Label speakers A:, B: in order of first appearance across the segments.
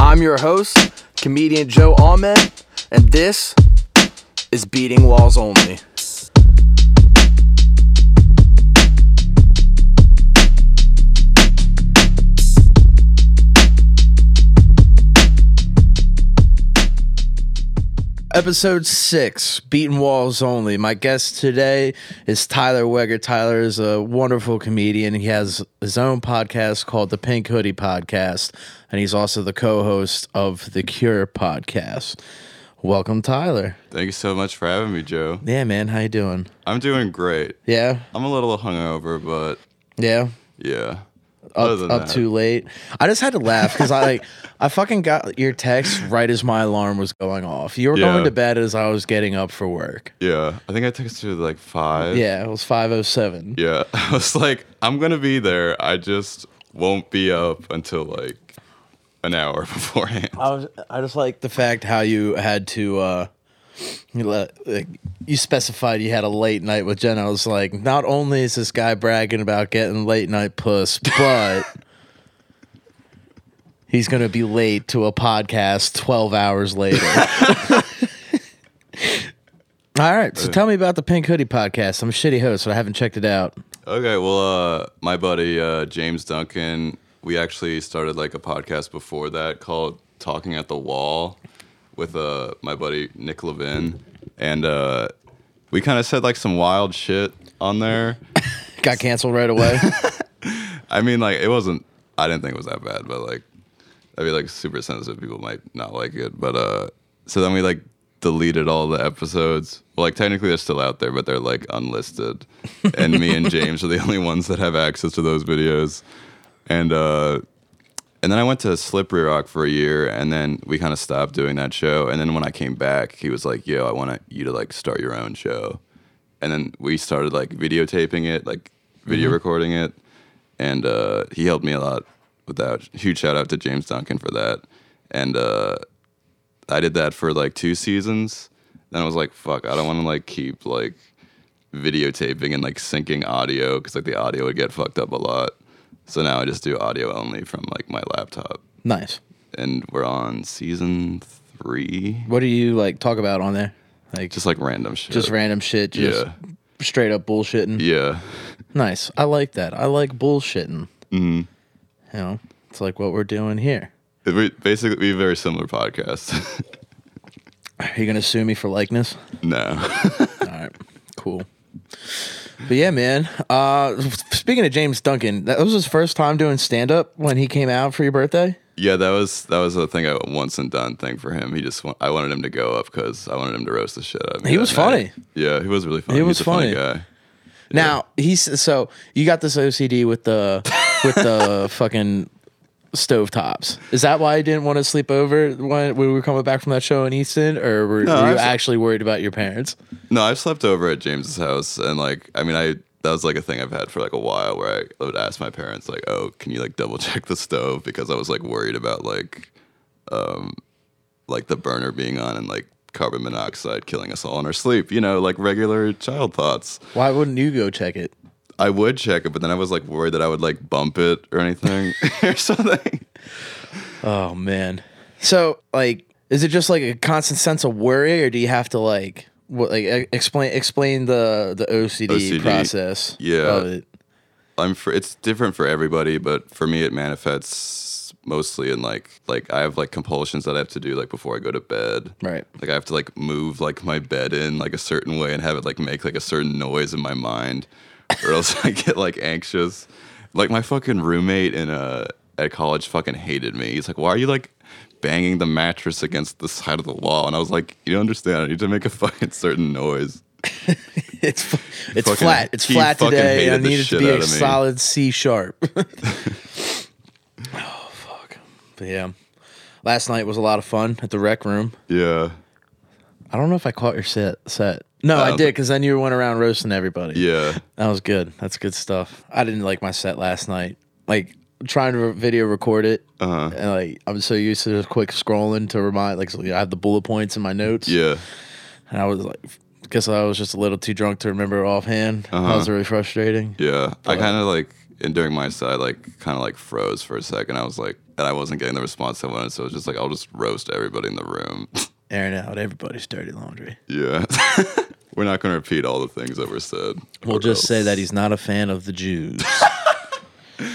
A: I'm your host, comedian Joe Ahmed, and this is Beating Walls Only. Episode six, Beaten Walls Only. My guest today is Tyler Wegger. Tyler is a wonderful comedian. He has his own podcast called the Pink Hoodie Podcast, and he's also the co host of the Cure Podcast. Welcome, Tyler.
B: Thank you so much for having me, Joe.
A: Yeah, man. How you doing?
B: I'm doing great.
A: Yeah?
B: I'm a little hungover, but
A: Yeah?
B: yeah. Other
A: up,
B: than
A: up
B: that,
A: too late. I just had to laugh because I like I fucking got your text right as my alarm was going off. You were
B: Yeah.
A: going to bed as I was getting up for work.
B: Yeah. I think I texted you like five.
A: Yeah, it was five oh seven.
B: Yeah. I was like, I'm gonna be there. I just won't be up until like an hour beforehand.
A: I was I just like the fact how you had to uh you le- like, you specified you had a late night with Jen. I was like, not only is this guy bragging about getting late night puss, but he's gonna be late to a podcast twelve hours later. All right, so tell me about the Pink Hoodie podcast. I'm a shitty host, but I haven't checked it out.
B: Okay, well, uh, my buddy uh, James Duncan, we actually started like a podcast before that called Talking at the Wall with uh, my buddy Nick Levin, and uh, we kind of said like some wild shit on there.
A: Got canceled right away.
B: I mean, like it wasn't. I didn't think it was that bad, but like, I mean, like super sensitive people might not like it. But uh, so then we like deleted all the episodes. Well, like technically they're still out there, but they're like unlisted. And me and James are the only ones that have access to those videos. And uh, and then I went to Slippery Rock for a year, and then we kind of stopped doing that show. And then when I came back, he was like, "Yo, I want you to like start your own show." And then we started like videotaping it, like video recording it, and uh, he helped me a lot with that. Huge shout out to James Duncan for that. And uh, I did that for like two seasons. Then I was like, "Fuck, I don't want to like keep like videotaping and like syncing audio because like the audio would get fucked up a lot." So now I just do audio only from like my laptop,
A: nice.
B: and we're on season three.
A: What do you like talk about on there? Like
B: Just like random shit.
A: just random shit, just
B: Yeah.
A: straight up bullshitting.
B: Yeah,
A: Nice. I like that. I like bullshitting. Mm.
B: Mm-hmm.
A: You know, it's like what we're doing here.
B: we basically we have very similar podcasts.
A: Are you gonna sue me for likeness?
B: no,
A: All right, cool. But yeah, man. Uh, speaking of James Duncan, that was his first time doing stand up when he came out for your birthday.
B: yeah, that was that was a thing I once and done thing for him. He just wa- I wanted him to go up because I wanted him to roast the shit out of me.
A: He
B: that
A: was
B: night.
A: funny.
B: Yeah, he was really funny.
A: He
B: He's
A: was
B: a funny.
A: funny.
B: guy.
A: Now he's so you got this OCD with the with the fucking stovetops. Is that why you didn't want to sleep over when we were coming back from that show in Easton, or were,
B: No,
A: were you
B: I've-
A: actually worried about your parents?
B: No, I've slept over at James's house, and like, I mean, I that was like a thing I've had for like a while, where I would ask my parents, like, "Oh, can you like double check the stove?" Because I was like worried about like, um, like the burner being on and like carbon monoxide killing us all in our sleep. You know, like regular child thoughts.
A: Why wouldn't you go check it?
B: I would check it, but then I was like worried that I would like bump it or anything or something.
A: Oh man. So like, is it just like a constant sense of worry, or do you have to like, what, like e- explain explain the the OCD,
B: OCD,
A: process?
B: yeah.
A: Of it?
B: I'm for, it's different for everybody, but for me it manifests mostly in like like I have like compulsions that I have to do like before I go to bed.
A: Right.
B: Like I have to like move like my bed in like a certain way and have it like make like a certain noise in my mind or else I get like anxious. Like my fucking roommate in uh at college fucking hated me. He's like, "Why are you like banging the mattress against the side of the wall?" And I was like, "You don't understand. I need to make a fucking certain noise."
A: It's fu- it's
B: Fucking-
A: flat. It's
B: he
A: flat
B: fucking
A: today. I
B: hated the
A: need it to
B: shit
A: be
B: out
A: a
B: of me.
A: solid C sharp. oh fuck. But yeah. Last night was a lot of fun at the rec room.
B: Yeah.
A: I don't know if I caught your set. Set. No, I
B: don't
A: did
B: think-
A: because then you went around roasting everybody.
B: Yeah.
A: That was good. That's good stuff. I didn't like my set last night. Like trying to re- video record it,
B: Uh-huh.
A: and like I'm so used to just quick scrolling to remind. Like so I have the bullet points in my notes.
B: Yeah.
A: And I was like,
B: Uh-huh.
A: because I was just a little too drunk to remember offhand. That was really frustrating.
B: Yeah, I kind of like and during my set, I like kind of like froze for a second. I was like, and I wasn't getting the response I wanted, so I was just like, I'll just roast everybody in the room.
A: airing out everybody's dirty laundry.
B: yeah, we're not gonna repeat all the things that were said.
A: We'll
B: or
A: just say
B: else.
A: that he's not a fan of the Jews,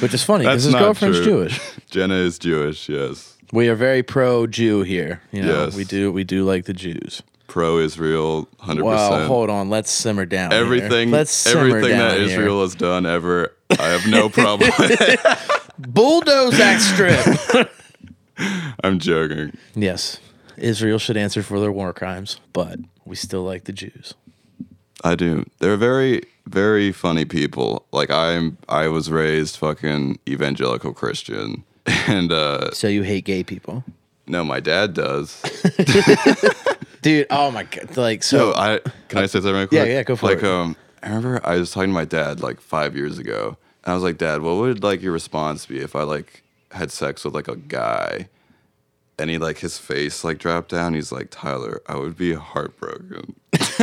A: which is funny because
B: That's
A: his
B: not
A: girlfriend's
B: true.
A: Jewish.
B: Jenna is Jewish. Yes,
A: We are very pro Jew here. You know,
B: Yes.
A: we do we do like the Jews.
B: pro Israel, hundred
A: Wow,
B: percent.
A: hold on, let's simmer down. here.
B: Everything,
A: let's simmer
B: everything
A: down
B: that
A: here.
B: Israel has done ever, I have no problem. with.
A: bulldoze that strip.
B: I'm joking.
A: yes, Israel should answer for their war crimes, but we still like the Jews.
B: I do. They're very, very funny people. Like I'm, I was raised fucking evangelical Christian, and uh
A: So you hate gay people,
B: no, my dad does.
A: dude? Oh my god! Like
B: So
A: so,
B: I can I say something? Real
A: Yeah,
B: quick?
A: yeah, go for
B: like,
A: it.
B: um, I remember I was talking to my dad like five years ago, and I was like, Dad, what would like your response be if I like had sex with like a guy? And he like his face like dropped down. He's like, Tyler, I would be heartbroken.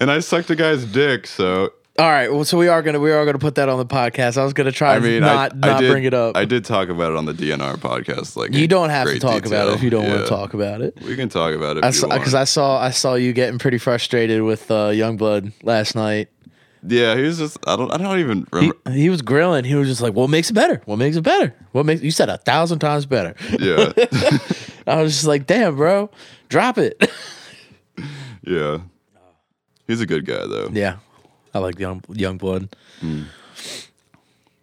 B: and I sucked a guy's dick, so
A: all right. Well, so we are gonna we are gonna put that on the podcast. I was gonna try
B: I mean, I-
A: not
B: I,
A: not
B: did,
A: bring it up.
B: I did talk about it on the DNR podcast. Like,
A: you
B: in
A: don't have to
B: great
A: talk about
B: detail.
A: it if you don't want
B: Yeah.
A: to talk about it.
B: We can talk about it.
A: I
B: if you
A: saw because
B: want.
A: I saw I saw you getting pretty frustrated with uh, Youngblood last night.
B: Yeah, he was just. I don't. I don't even
A: He,
B: remember.
A: he was grilling. He was just like, "What makes it better? What makes it better? What makes you said a thousand times better?"
B: yeah,
A: I was just like, "Damn, bro, drop it."
B: yeah. He's a good guy though.
A: yeah, I like young young blood.
B: Mm.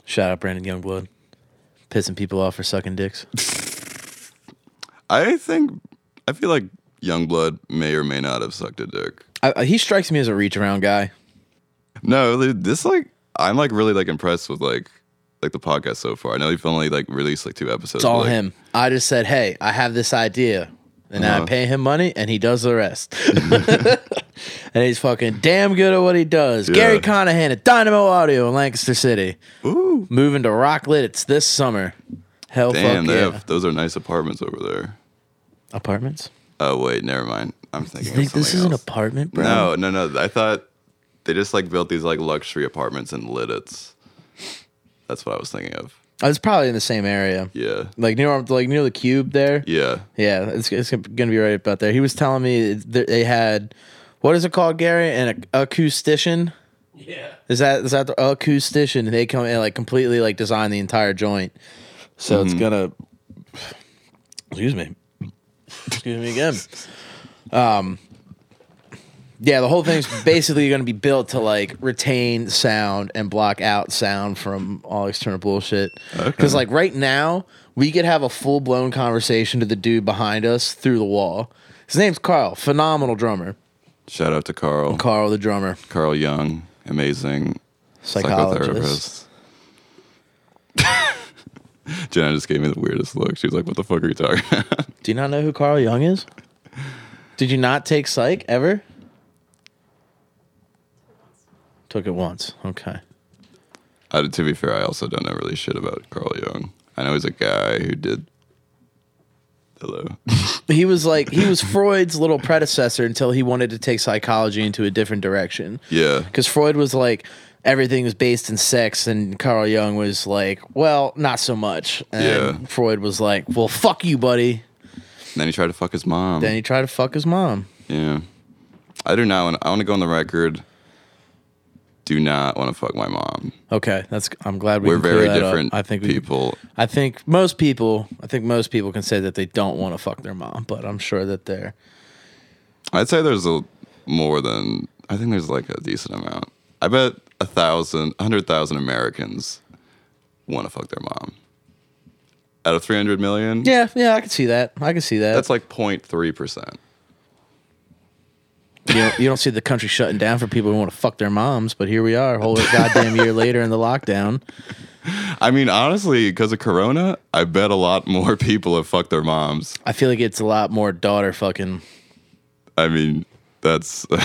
A: Shout out Brandon Youngblood, pissing people off for sucking dicks.
B: I think. I feel like Youngblood may or may not have sucked a dick.
A: I, I- he strikes me as a reach around guy.
B: No, dude, this like I'm like really like impressed with like like the podcast so far. I know you've only like released like two episodes.
A: It's all
B: but, like,
A: him. I just said, "Hey, I have this idea," and I
B: Uh-huh. Mm-hmm.
A: pay him money, and he does the rest. and he's fucking damn good at what he does. Gary Conahan at Dynamo Audio in Lancaster City,
B: Ooh,
A: moving to Rocklit. It's this summer. Hell,
B: damn,
A: fuck
B: they
A: yeah!
B: have those are nice apartments over there.
A: Apartments.
B: Oh wait, never mind. I'm thinking.
A: You
B: of
A: think this
B: something
A: is an
B: else.
A: apartment, bro?
B: No, no, no. I thought they just like built these like luxury apartments in Lidditz. That's what I was thinking of.
A: Oh, It's probably in the same area.
B: Yeah.
A: Like near like near the cube there.
B: Yeah.
A: Yeah, it's, it's gonna be right about there. He was telling me that they had what is it called, Gary? An acoustician. Yeah. Is that is that the acoustician? They come and like completely like design the entire joint. So it's gonna. Excuse me. Excuse me again. Um. Yeah, the whole thing's basically going to be built to like retain sound and block out sound from all external bullshit. Because like right now, we could have a full blown conversation to the dude behind us through the wall. His name's Carl, phenomenal drummer.
B: Shout out to Carl.
A: Carl the drummer,
B: Carl Young, amazing
A: psychologist.
B: psychotherapist. Jenna just gave me the weirdest look. She was like, "What the fuck are you talking?" about?"
A: Do you not know who Carl Young is? Did you not take psych ever? Took it once. Okay.
B: I, to be fair, I also don't know really shit about Carl Young. I know he's a guy who did. Hello.
A: He was like he was Freud's little predecessor until he wanted to take psychology into a different direction.
B: yeah.
A: Because Freud was like everything was based in sex, and Carl Jung was like, well, not so much. And
B: Yeah.
A: Freud was like, well, fuck you, buddy.
B: And then he tried to fuck his mom.
A: Then he tried to fuck his mom.
B: Yeah. I do not want I want to go on the record. Do not want to fuck my mom.
A: Okay, that's. I'm glad we.
B: We're
A: can clear
B: very
A: that up.
B: different
A: I think we,
B: people.
A: I think most people. I think most people can say that they don't want to fuck their mom, but I'm sure that they're.
B: I'd say there's a more than I think there's like a decent amount. I bet a thousand, a hundred thousand Americans want to fuck their mom. Out of three hundred million,
A: Yeah, yeah, I can see that. I can see that.
B: that's like 03 percent.
A: you, don't, you don't see the country shutting down for people who want to fuck their moms, but here we are, a whole goddamn year later in the lockdown.
B: I mean, honestly, because of Corona, I bet a lot more people have fucked their moms.
A: I feel like it's a lot more daughter fucking.
B: I mean, that's.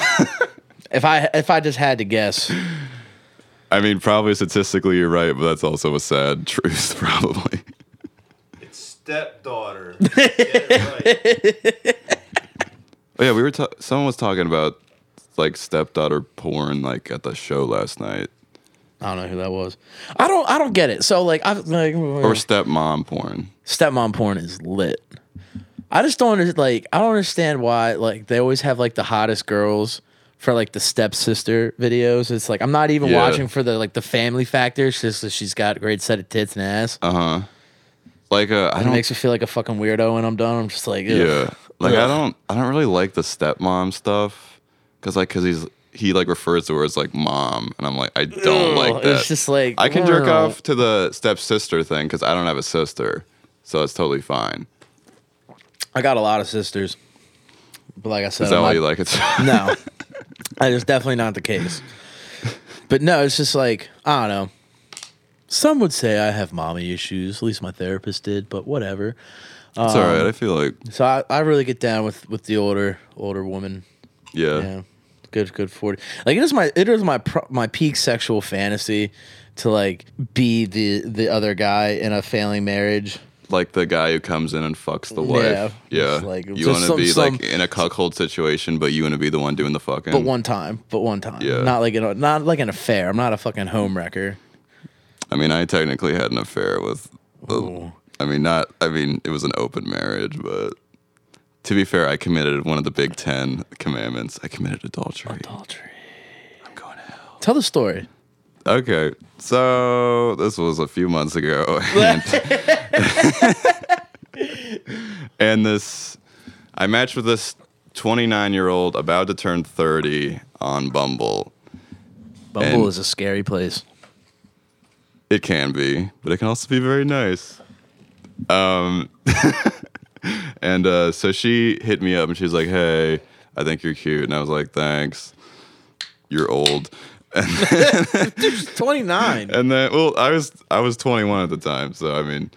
A: If I if I just had to guess,
B: I mean, probably statistically you're right, but that's also a sad truth, probably.
C: It's stepdaughter. Get it right.
B: Oh, yeah, we were. Ta- someone was talking about like stepdaughter porn like at the show last night
A: I don't know who that was. I don't. I don't get it. So like, I like
B: or stepmom porn.
A: stepmom porn is lit. I just don't under- like. I don't understand why. Like they always have like the hottest girls for like the stepsister videos. It's like I'm not even
B: Yeah.
A: watching for the like the family factor. It's just that she's got a great set of tits and ass.
B: Uh huh. Like uh, I
A: it
B: don't.
A: makes me feel like a fucking weirdo when I'm done. I'm just like,
B: yeah. Like I
A: Ugh.
B: don't. I don't really like the stepmom stuff because like because he's he like refers to her as like mom and I'm like I don't like that.
A: It's just like
B: I can jerk
A: wow.
B: off to the stepsister thing because I don't have a sister, so it's totally fine.
A: I got a lot of sisters, but like I said,
B: Is that
A: I'm
B: why
A: not-
B: you like it?
A: No, that is definitely not the case. But no, it's just like I don't know. Some would say I have mommy issues. At least my therapist did, but whatever. um,
B: it's all right. I feel like
A: So I, I really get down with with the older older woman.
B: yeah.
A: Yeah, good good forty. Like it is my it is my pro, my peak sexual fantasy to like be the the other guy in a failing marriage.
B: Like the guy who comes in and fucks the wife.
A: Yeah.
B: Yeah.
A: Just like-
B: you
A: just
B: want to
A: some-
B: be
A: some-
B: like in a cuckold situation, but you want to be the one doing the fucking.
A: But one time, but one time.
B: Yeah.
A: Not like an not like an affair. I'm not a fucking homewrecker.
B: I mean, I technically had an affair with.
A: Ooh.
B: The, I mean, not. I mean, it was an open marriage, but to be fair, I committed one of the Big Ten commandments. I committed adultery.
A: Adultery.
B: I'm going to hell.
A: Tell the story.
B: Okay, so this was a few months ago, and, and this I matched with this 29 year old about to turn 30 on Bumble.
A: Bumble
B: And-
A: is a scary place.
B: It can be, but it can also be very nice. Um, and uh, so she hit me up and she's like, "Hey, I think you're cute," and I was like, "Thanks, you're old."
A: 29.
B: And then, well, I was I was 21 at the time, so I mean,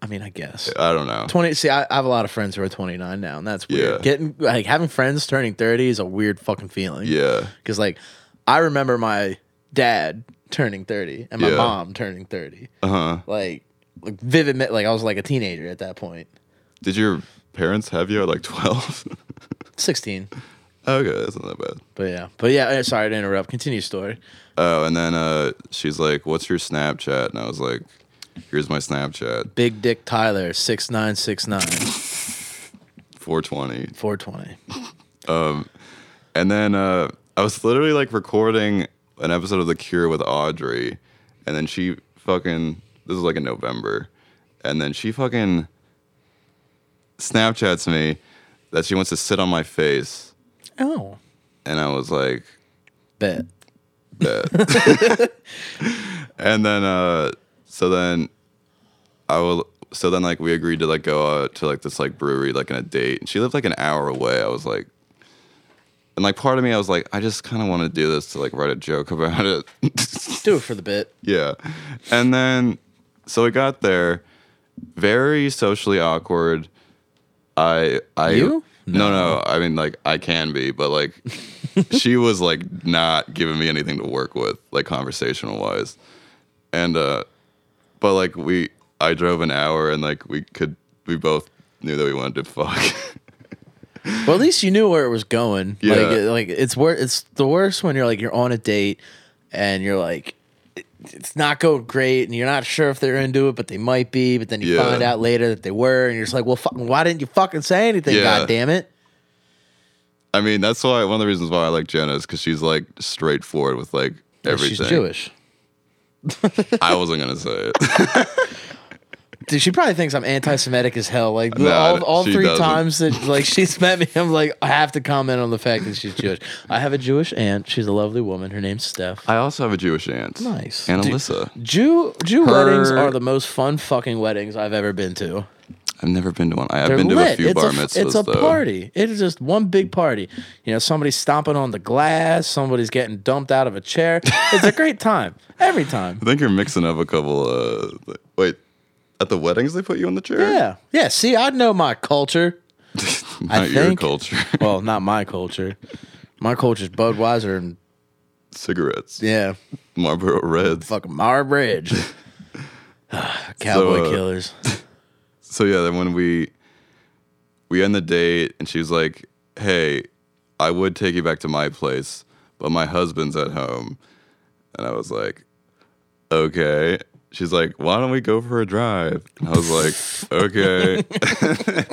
A: I mean, I guess.
B: I don't know.
A: 20. See, I, I have a lot of friends who are 29 now, and that's weird.
B: Yeah.
A: Getting like having friends turning 30 is a weird fucking feeling.
B: Yeah.
A: Because like, I remember my dad turning 30 and my
B: Yeah.
A: mom turning 30.
B: Uh huh.
A: Like, like vivid. me- Like I was like a teenager at that point.
B: Did your parents have you at like 12?
A: 16.
B: okay, that's not that bad.
A: But yeah. But yeah. eh, Sorry to interrupt. Continue story.
B: Oh, and then uh, she's like, What's your Snapchat? And I was like, Here's my Snapchat
A: Big Dick Tyler 6969
B: 420.
A: 420.
B: And then uh, I was literally like recording an episode of The Cure with Audrey, and then she fucking this is like in November, and then she fucking Snapchats me that she wants to sit on my face,
A: Oh.
B: and I was like,
A: Bet.
B: And then uh so then I will so then like we agreed to like go out to like this like brewery like on a date and she lived like an hour away. I was like and like part of me I was like I just kind of want to do this to like write a joke about it.
A: Do it for the bit.
B: yeah. And then so we got there very socially awkward. I I
A: You?
B: No, no. I mean like I can be, but like she was like not giving me anything to work with like conversational wise. And uh but like we I drove an hour and like we could we both knew that we wanted to fuck.
A: Well, at least you knew where it was going.
B: Yeah.
A: Like, it- like it's wor- it's the worst when you're like you're on a date and you're like it- it's not going great and you're not sure if they're into it, but they might be. But then you
B: Yeah.
A: find out later that they were, and you're just like, well, fucking, why didn't you fucking say anything?
B: Yeah.
A: God damn it!
B: I mean, that's why one of the reasons why I like Jenna is cuz she's like straightforward with like everything.
A: She's Jewish.
B: I wasn't going to say it.
A: Dude, she probably thinks I'm anti-Semitic as hell. Like the-
B: No,
A: all, all
B: she
A: 3
B: doesn't.
A: times that like she's met me, I'm like I have to comment on the fact that she's Jewish. I have a Jewish aunt. She's a lovely woman. Her name's Steph.
B: I also have a Jewish aunt.
A: Nice.
B: And
A: Do-
B: Alyssa.
A: Jew Jew weddings
B: Her-
A: are the most fun fucking weddings I've ever been to.
B: I've never been to one. I have
A: They're
B: been to
A: lit.
B: a few
A: it's
B: bar
A: a,
B: mitzvahs
A: it's a
B: though.
A: party. It is just one big party. You know, somebody's stomping on the glass. Somebody's getting dumped out of a chair. It's a great time every time.
B: I think you're mixing up a couple. Uh, th- wait, at the weddings they put you on the chair?
A: Yeah, yeah. See, I know my culture.
B: not
A: I
B: your
A: think-
B: culture.
A: Well, not my culture. My culture's Budweiser and
B: Cigarettes,
A: yeah,
B: Marlboro Reds.
A: fucking Marbridge. Cowboy
B: So, uh,
A: killers.
B: So yeah, then when we we end the date, and she's like, "Hey, I would take you back to my place, but my husband's at home. And I was like, okay. She's like, why don't we go for a drive? And I was like, okay.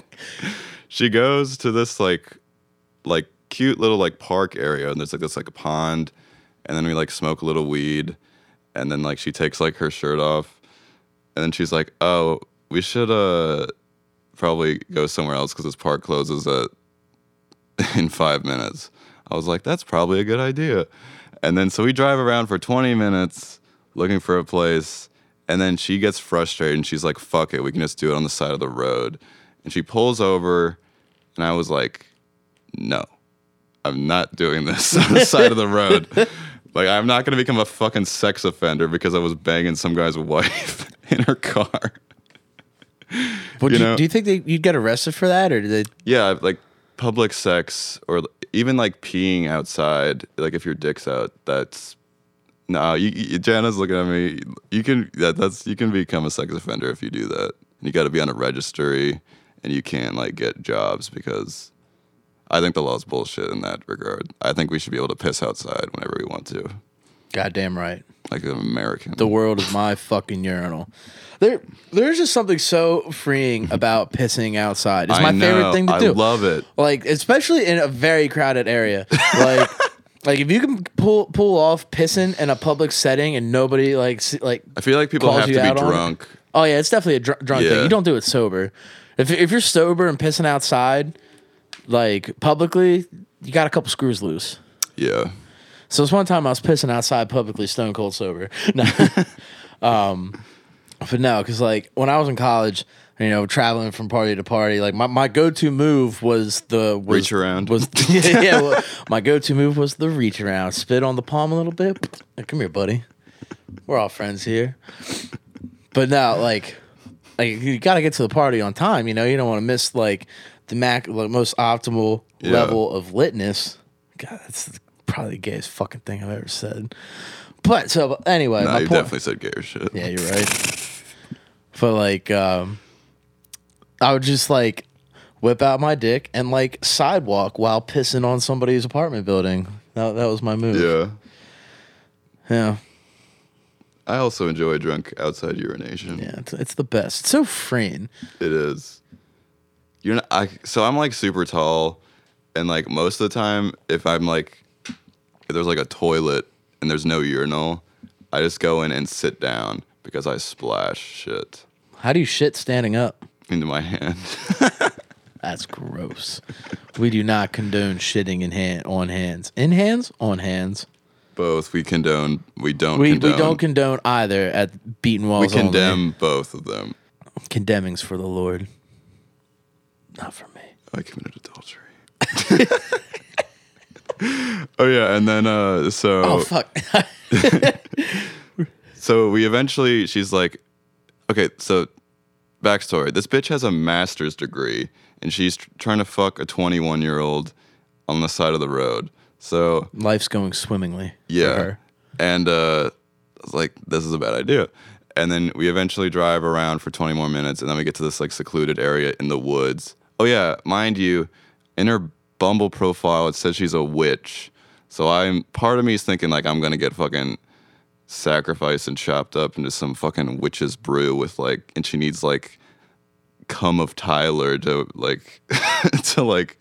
B: she goes to this like, like cute little like park area, and there's like this like a pond, and then we like smoke a little weed, and then like she takes like her shirt off, and then she's like, oh, we should uh probably go somewhere else because this park closes at in five minutes. I was like, that's probably a good idea. And then so we drive around for 20 minutes looking for a place. And then she gets frustrated and she's like, fuck it, we can just do it on the side of the road. And she pulls over, and I was like, no, I'm not doing this on the side of the road. Like, I'm not going to become a fucking sex offender because I was banging some guy's wife in her car.
A: Would
B: You
A: you,
B: know-
A: do you think that you'd get arrested for that, or did they?
B: Yeah, like public sex or even like peeing outside, like if your dick's out, that's no. you, you, Jana's looking at me. You can that, that's you can become a sex offender if you do that. And you got to be on a registry, and you can't like get jobs because I think the law's bullshit in that regard. I think we should be able to piss outside whenever we want to,
A: Goddamn right.
B: like an American.
A: the world is my fucking urinal. There, there's just something so freeing about pissing outside. It's
B: Mm-hmm. I
A: my favorite
B: know,
A: thing to
B: I
A: do.
B: love it.
A: like especially in a very crowded area. Like, like if you can pull pull off pissing in a public setting and nobody like s- like.
B: I feel like people
A: Calls
B: have to
A: you out
B: be
A: on it?
B: drunk.
A: Oh yeah, it's definitely a dr- drunk thing.
B: Yeah.
A: You don't do it sober. If if you're sober and pissing outside, like publicly, you got a couple screws loose.
B: Yeah,
A: So this one time I was pissing outside publicly, stone cold sober. No. um, but no, because like when I was in college, you know, traveling from party to party, like my, my go to move was the was,
B: Reach around.
A: Was yeah, yeah well, my go to move was the reach around, spit on the palm a little bit. Hey, Come here, buddy. We're all friends here. But no, like, like you got to get to the party on time. You know, you don't want to miss like the mac like, most optimal
B: Yeah.
A: level of litness. God, that's probably the gayest fucking thing I've ever said. But so but anyway,
B: no,
A: my
B: you
A: point.
B: definitely said gay or shit.
A: Yeah, you're right. But like, um, I would just like whip out my dick and like sidewalk while pissing on somebody's apartment building. That, that was my move.
B: yeah.
A: yeah,
B: I also enjoy drunk outside urination.
A: yeah. It's, it's the best. It's so freeing.
B: It is. You're not. I, so I'm like super tall, and like most of the time, if I'm like, if there's like a toilet and there's no urinal, I just go in and sit down because I splash shit
A: How do you shit standing up?
B: into my hand.
A: That's gross. we do not condone shitting in hand on hands. In hands on hands.
B: both we condone. We don't.
A: We
B: condone.
A: we don't condone either at beaten
B: we
A: walls.
B: condemn
A: Only.
B: both of them.
A: Condemnings for the Lord. Not for me.
B: I committed adultery. oh yeah, and then uh, so
A: Oh, fuck.
B: So we eventually, she's like, okay, so backstory. This bitch has a master's degree and she's tr- trying to fuck a 21 year old on the side of the road. So,
A: Life's going swimmingly. for
B: yeah.
A: her.
B: And uh, I was like, this is a bad idea. And then we eventually drive around for 20 more minutes and then we get to this like secluded area in the woods. Oh, yeah, mind you, in her Bumble profile, it says she's a witch. So I'm part of me is thinking like I'm going to get fucking sacrificed and chopped up into some fucking witch's brew with like and she needs like cum of Tyler to like to like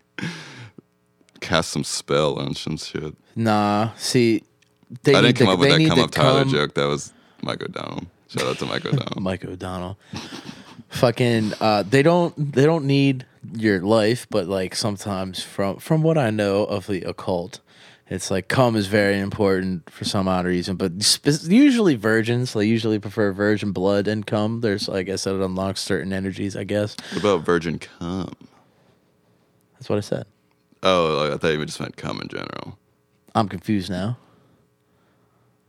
B: cast some spell on some shit.
A: Nah. See, they
B: I
A: need
B: didn't come
A: to,
B: up with
A: they
B: that
A: need
B: cum
A: to
B: of Tyler
A: come-
B: joke. That was Mike O'Donnell. Shout out to Mike O'Donnell.
A: Mike O'Donnell. Fucking uh they don't they don't need your life, but like sometimes from from what I know of the occult, it's like cum is very important for some odd reason, but spe- usually virgins, they usually prefer virgin blood and cum. There's I guess that it unlocks certain energies, I guess.
B: what about virgin cum?
A: That's what I said.
B: Oh, I thought you just meant cum in general.
A: I'm confused now.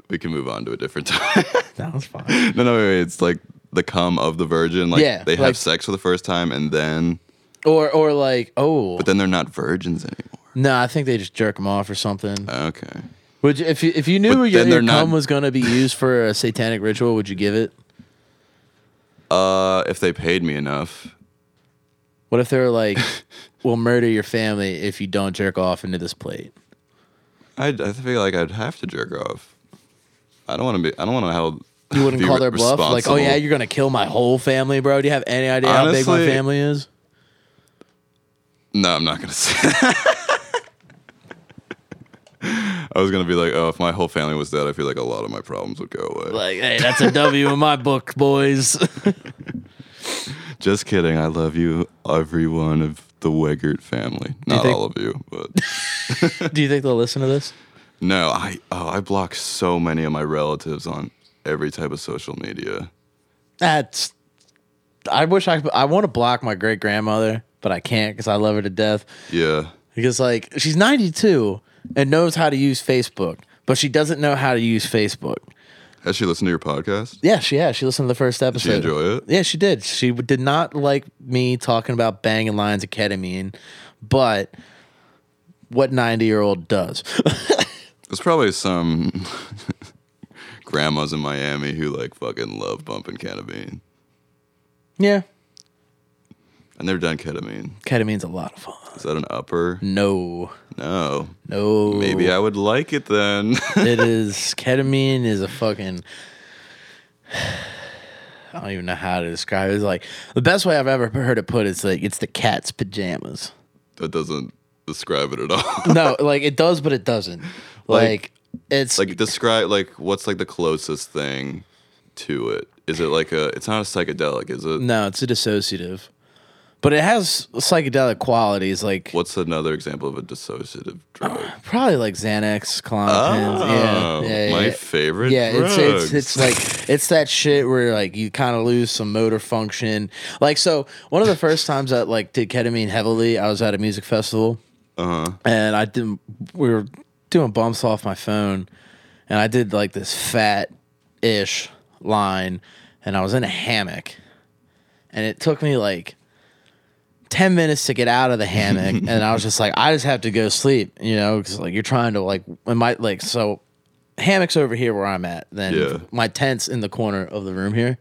B: We can move on to a different time.
A: That was fine.
B: no, no, wait, wait. It's like the cum of the virgin. Like
A: Yeah,
B: they have
A: like-
B: sex for the first time and then,
A: Or or like, oh,
B: but then they're not virgins anymore.
A: no, I think they just jerk them off or something.
B: Okay.
A: Would you, if you, if you knew
B: Uh, But
A: your,
B: then
A: your
B: they're not-
A: cum was going to be used for a satanic ritual, would you give it?
B: Uh, if they paid me enough,
A: What if they were like, will murder your family if you don't jerk off into this plate.
B: I I feel like I'd have to jerk off. I don't want to be. I don't want to held.
A: You wouldn't
B: be
A: call their bluff, like, "Oh yeah,
B: responsible.
A: you're gonna kill my whole family, bro." Do you have any idea how big my
B: Honestly-
A: family is?
B: No, I'm not gonna say. I was gonna be like, oh, if my whole family was dead, I feel like a lot of my problems would go away.
A: Like, hey, that's a W in my book, boys.
B: Just kidding. I love you, every one of the Wegert family. Not
A: think-
B: all of you, but
A: Do you think they'll listen to this?
B: no. I oh, I block so many of my relatives on every type of social media.
A: That's. I wish I could- I want to block my great grandmother, but I can't because I love her to death.
B: Yeah,
A: Because like she's 92 and knows how to use Facebook, but she doesn't know how to use Facebook.
B: has she listened to your podcast?
A: Yeah, she has. She listened to the first episode.
B: She enjoy it?
A: Yeah, she did. She w- did not like me talking about banging lines of ketamine, but what 90 year old does.
B: There's probably some grandmas in Miami who like fucking love bumping ketamine.
A: yeah,
B: I've never done ketamine.
A: ketamine's a lot of fun.
B: Is that an upper?
A: No,
B: No.
A: no.
B: Maybe I would like it then.
A: it is ketamine is a fucking I don't even know how to describe it. It's like the best way I've ever heard it put is like it's the cat's pajamas.
B: that doesn't describe it at all.
A: No, like it does, but it doesn't. Like,
B: Like-
A: it's
B: like describe like what's like the closest thing to it? Is it like a it's not a psychedelic, is it?
A: no, it's a dissociative. But it has psychedelic qualities like
B: What's another example of a dissociative drug?
A: probably like Xanax, Klonopin. yeah,
B: Oh,
A: yeah, yeah.
B: my favorite.
A: Yeah, it's, it's
B: drugs.
A: it's like it's that shit where like you kind of lose some motor function. Like so, one of the first times I like did ketamine heavily, I was at a music festival, uh-huh. and I did we were doing bumps off my phone, and I did like this fat ish line, and I was in a hammock, and it took me like. 10 minutes to get out of the hammock and I was just like I just have to go sleep, you know, cuz like you're trying to like it might like so hammocks over here where I'm at. Then
B: Yeah.
A: my tent's in the corner of the room here.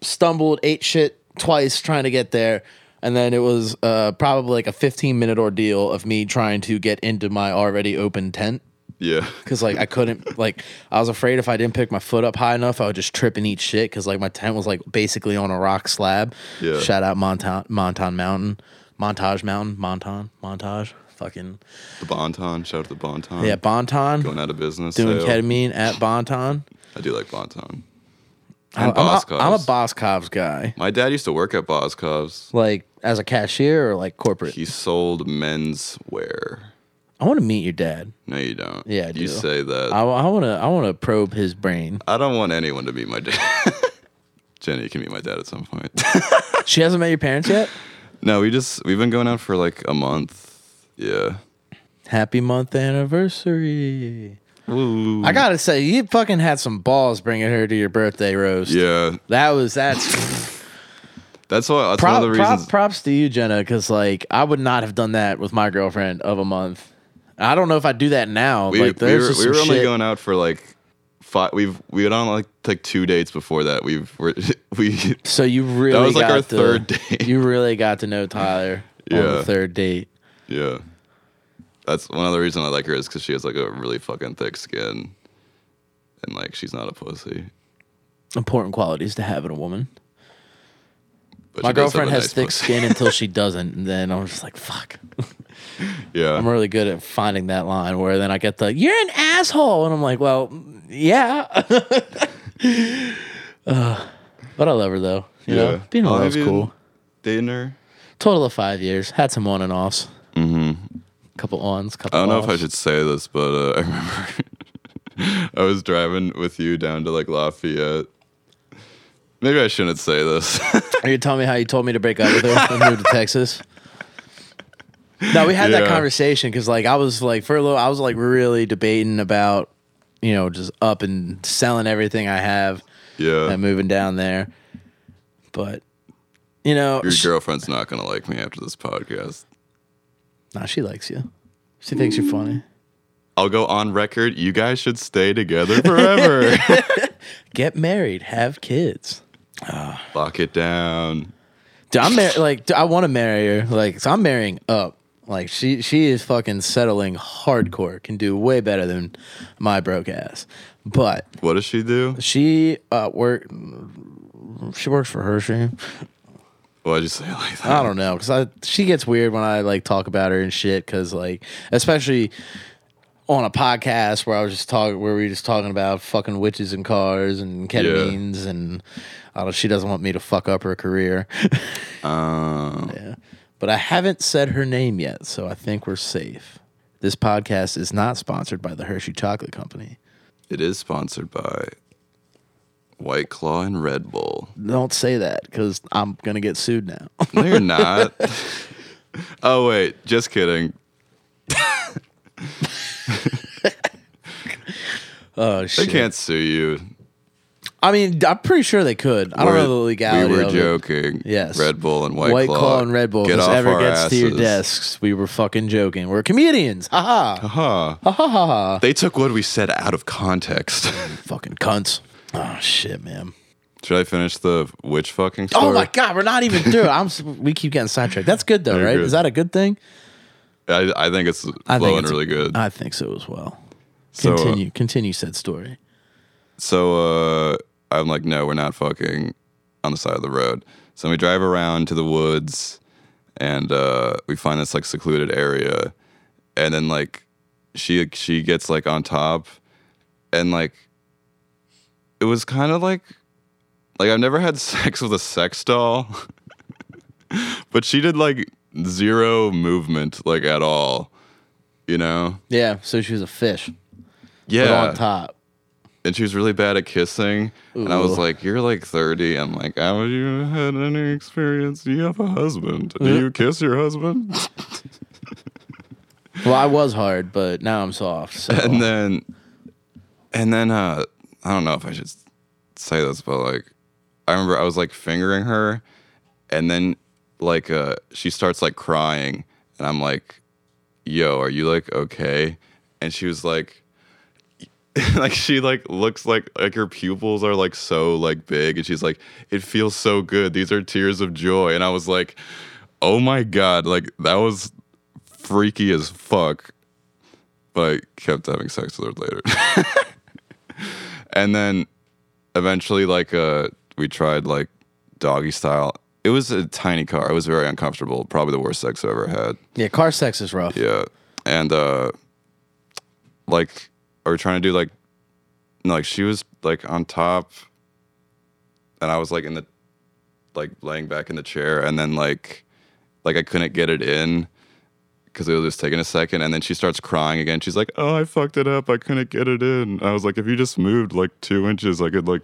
A: Stumbled, ate shit twice trying to get there. And then it was uh, probably like a 15 minute ordeal of me trying to get into my already open tent.
B: yeah.
A: Cause like I couldn't, like I was afraid if I didn't pick my foot up high enough, I would just trip and eat shit. Cause like my tent was like basically on a rock slab.
B: Yeah.
A: Shout out Montan, Montan Mountain, Montage Mountain, Montan, Montage, fucking
B: The Bonton, shout out to Bonton.
A: yeah, Bonton.
B: Going out of business.
A: doing
B: sale.
A: ketamine at Bonton.
B: I do like Bonton.
A: I'm,
B: And
A: I'm a, I'm a
B: Boscov's.
A: Boscov's guy.
B: My dad used to work at Boscov's.
A: Like as a cashier or like corporate.
B: He sold men's wear.
A: I want to meet your dad.
B: No, you don't.
A: Yeah, I
B: you
A: do.
B: say that.
A: I, want to. I want to probe his brain.
B: I don't want anyone to meet my dad. Jenny can meet my dad at some point.
A: She hasn't met your parents yet.
B: no, we just we've been going out for like a month. Yeah.
A: Happy month anniversary.
B: Ooh.
A: I gotta say, you fucking had some balls bringing her to your birthday roast.
B: Yeah.
A: That was that's
B: That's why that's
A: prop,
B: one of the
A: prop-
B: reasons
A: props to you, Jenna, because like I would not have done that with my girlfriend of a month. I don't know if I do that now.
B: we,
A: like
B: we
A: there's
B: were,
A: just
B: we
A: some
B: were only
A: shit-
B: going out for like five we've we had on like like two dates before that. We've we're, we
A: So you really
B: was, like,
A: got
B: our
A: to-
B: third date.
A: You really got to know Tyler on the
B: Yeah.
A: third date.
B: Yeah. That's one of the reasons I like her is because she has like a really fucking thick skin. And like she's not a pussy.
A: Important qualities to have in a woman.
B: But
A: My
B: she does have
A: girlfriend
B: a
A: has
B: nice
A: thick
B: pussy.
A: skin until she doesn't, and then I'm just like, fuck.
B: Yeah.
A: I'm really good at finding that line where then I get the "you're an asshole," and I'm like, well, yeah. uh, but I love her though. You know, being in
B: How long
A: love's
B: Oh, have you
A: cool.
B: been Dating her.
A: Total of five years. Had some on and offs. Mm-hmm. Couple ons. Couple.
B: I don't know if I
A: offs.
B: should say this, but uh, I remember I was driving with you down to like Lafayette. Maybe I shouldn't say this.
A: Are you telling me how you told me to break up with her and move to Texas? No, we had that
B: Yeah.
A: conversation because, like, I was like for a little, I was like really debating about, you know, just up and selling everything I have
B: yeah.
A: and moving down there. But you know,
B: Your
A: sh-
B: girlfriend's not going to like me after this podcast.
A: nah, she likes you. She thinks you're funny.
B: I'll go on record. You guys should stay together forever.
A: Get married, have kids,
B: Lock it down.
A: Dude, I'm mar- like, dude, I want to marry her. Like, so I'm marrying up. Like, she she is fucking settling hardcore. Can do way better than my broke ass. But
B: What does she do?
A: she uh work. She works for Hershey.
B: Why'd you say it like that?
A: I don't know because I she gets weird when I like talk about her and shit because like especially on a podcast where I was just talking where we were just talking about fucking witches and cars and ketamines and I don't she doesn't want me to fuck up her career
B: Uh,
A: but I haven't said her name yet so I think we're safe. This podcast is not sponsored by the Hershey Chocolate Company.
B: It is sponsored by White Claw and Red Bull.
A: Don't say that because I'm gonna get sued now.
B: No, you're not. oh wait, just kidding.
A: oh
B: They
A: shit!
B: can't sue you.
A: I mean, I'm pretty sure they could. I don't
B: We're-
A: know the legality.
B: We were
A: of it.
B: joking.
A: Yes.
B: Red Bull and White,
A: White Claw, and Red Bull.
B: Get
A: If this
B: off
A: ever
B: our
A: gets
B: asses.
A: to your desks, we were fucking joking. We're comedians. Ha ha.
B: Huh. They took what we said out of context.
A: fucking cunts. Oh shit, man.
B: Should I finish the witch fucking story?
A: Oh my god, we're not even through. it. I'm. s- We keep getting sidetracked. That's good though,
B: Very
A: right?
B: good.
A: Is that a good thing?
B: I, I think it's
A: I
B: flowing
A: it's-
B: really good.
A: I think so as well.
B: So, uh,
A: Continue. continue said story.
B: So uh, I'm like, no, we're not fucking on the side of the road. So we drive around to the woods and uh, we find this like secluded area. And then like she she gets like on top and like it was kind of like like I've never had sex with a sex doll. but she did like zero movement like at all. You know?
A: Yeah. So she was a fish. But
B: Yeah
A: on top.
B: and she was really bad at kissing. And I was
A: Ooh.
B: like, "You're like 30." I'm like, "Have you had any experience? Do you have a husband? Do you kiss your husband?"
A: Well, I was hard, but now I'm soft. So.
B: and then, and then, uh, I don't know if I should say this, but like, I remember I was like fingering her, and then like uh, she starts like crying, and I'm like, "Yo, are you like okay?" And she was like. like she like looks like like her pupils are like so like big and she's like it feels so good these are tears of joy and i was like oh my god like that was freaky as fuck but i kept having sex with her later and then eventually like uh we tried like doggy style it was a tiny car it was very uncomfortable probably the worst sex i ever had
A: yeah, car sex is rough.
B: yeah. And uh like are we trying to do like no, like she was like on top and I was like in the like laying back in the chair and then like like I couldn't get it in because it was just taking a second and then she starts crying again. She's like, Oh, I fucked it up. I couldn't get it in. I was like, if you just moved like two inches, I could like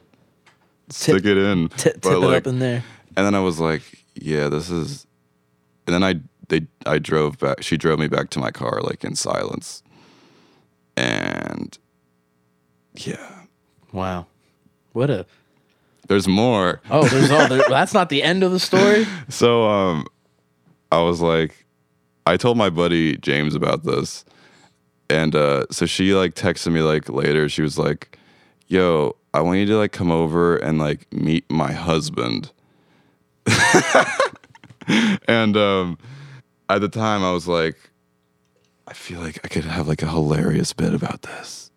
B: stick it in.
A: T- tip
B: But,
A: it
B: like,
A: up in there.
B: and then I was like, yeah, this is. And then I they I drove back. She drove me back to my car like in silence. And yeah,
A: Wow. What a.
B: there's more.
A: Oh, there's all. There, that's not the end of the story.
B: So um, I was like, I told my buddy James about this, and uh, so she like texted me like later. She was like, "Yo, I want you to like come over and like meet my husband." and um, at the time, I was like, I feel like I could have like a hilarious bit about this,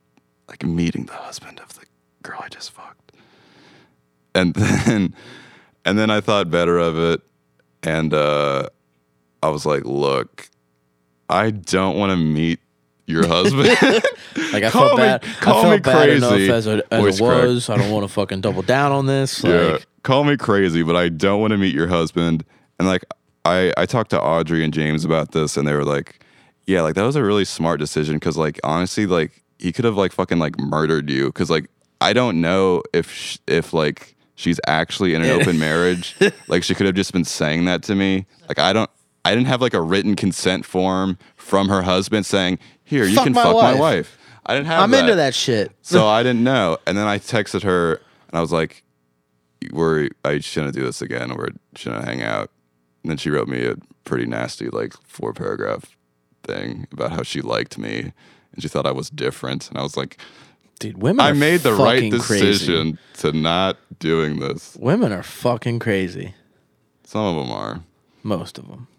B: like meeting the husband of the girl I just fucked. And then, and then I thought better of it, and uh, I was like, look, I don't want to meet your husband.
A: Like I
B: Call
A: felt
B: me-
A: bad.
B: call
A: I felt
B: me
A: bad
B: crazy.
A: enough as, a, as
B: Voice
A: it was. I don't want to fucking double down on this. Like,
B: Yeah. Call me crazy, but I don't want to meet your husband. And like I I talked to Audrey and James about this and they were like, yeah, like that was a really smart decision cuz like honestly like he could have like fucking like murdered you cuz like I don't know if sh- if like she's actually in an open marriage. Like she could have just been saying that to me. Like I don't I didn't have like a written consent form from her husband saying, "Here, you
A: Fuck
B: can
A: my
B: fuck my
A: wife."
B: wife." I didn't have
A: I'm
B: that.
A: into that shit.
B: So I didn't know. And then I texted her and I was like, we're, I shouldn't do this again. We're shouldn't hang out. And then she wrote me a pretty nasty, like four paragraph thing about how she liked me and she thought I was different. And I was like,
A: Dude, women.
B: I
A: are
B: made the right
A: fucking crazy.
B: decision to not doing this.
A: Women are fucking crazy.
B: Some of them are.
A: Most of them.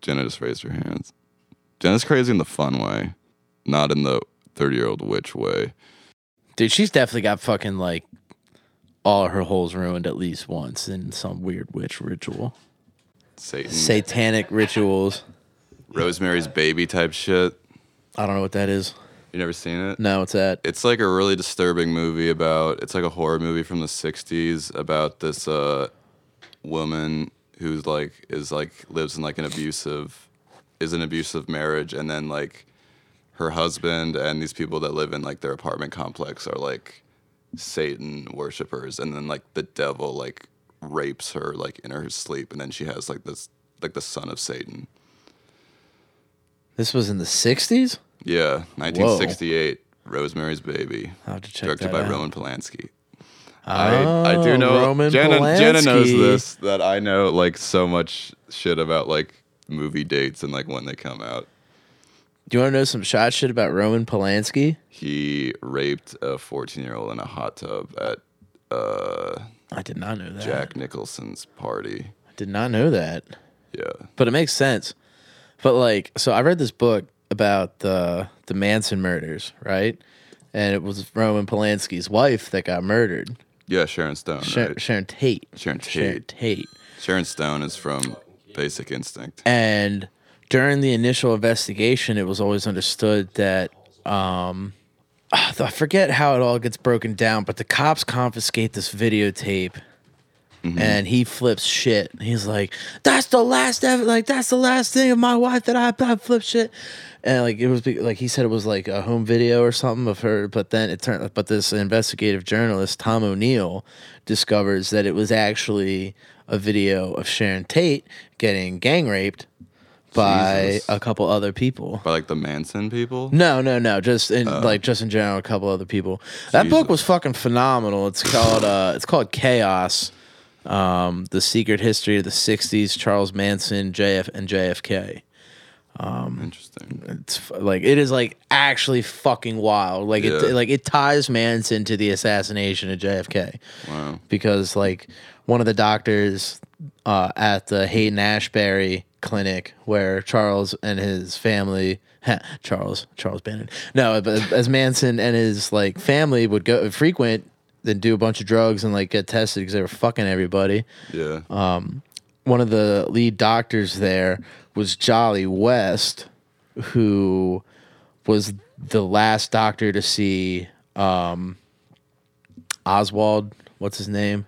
B: Jenna just raised her hands. Jenna's crazy in the fun way, not in the 30 year old witch way.
A: Dude, she's definitely got fucking like all her holes ruined at least once in some weird witch ritual.
B: Satan.
A: Satanic rituals.
B: Rosemary's baby type shit.
A: I don't know what that is.
B: You never seen it?
A: No, it's that.
B: It's like a really disturbing movie about it's like a horror movie from the 60s about this uh woman who's like is like lives in like an abusive is an abusive marriage and then like her husband and these people that live in like their apartment complex are like Satan worshippers and then like the devil like rapes her like in her sleep and then she has like this like the son of Satan.
A: This was in the 60s?
B: Yeah, 1968, Rosemary's Baby.
A: I'll have to check
B: directed
A: that
B: by
A: out.
B: Roman Polanski. I, I do know
A: Oh, Roman
B: Jenna, Jenna knows
A: Polanski.
B: this that I know like so much shit about like movie dates and like when they come out.
A: Do you want to know some shot shit about Roman Polanski?
B: He raped a 14 year old in a hot tub at uh,
A: I did not know that.
B: Jack Nicholson's party.
A: I did not know that.
B: Yeah,
A: But it makes sense. But like, so I read this book about the the Manson murders, right? And it was Roman Polanski's wife that got murdered,
B: yeah. Sharon Stone.
A: Sha-
B: right?
A: Sharon Tate.
B: Sharon
A: Sharon
B: Tate.
A: Tate.
B: Sharon Stone is from Basic Instinct.
A: And during the initial investigation, it was always understood that um, I forget how it all gets broken down, but the cops confiscate this videotape. And he flips shit. He's like, "That's the last ever. Like, that's the last thing of my wife that I, I flipped shit." And like, it was be- like he said it was like a home video or something of her. But then it turned. But this investigative journalist Tom O'Neill discovers that it was actually a video of Sharon Tate getting gang raped by
B: Jesus.
A: a couple other people.
B: By like the Manson people.
A: No, no, no. Just in like just in general, a couple other people. That book
B: Jesus.
A: was fucking phenomenal. It's called uh, it's called Chaos, um, the secret history of the '60s, Charles Manson, JF and JFK. Hmm.
B: Interesting.
A: It's f- like it is like actually fucking wild. Like it
B: Yeah.
A: like it ties Manson to the assassination of JFK
B: Wow.
A: because like one of the doctors uh, at the Hayden Ashbury clinic where Charles and his family Charles Charles Bannon no but as Manson and his like family would go frequent then do a bunch of drugs and like get tested because they were fucking everybody
B: Yeah.
A: Uh, one of the lead doctors there was Jolly West, who was the last doctor to see um, Oswald. What's his name?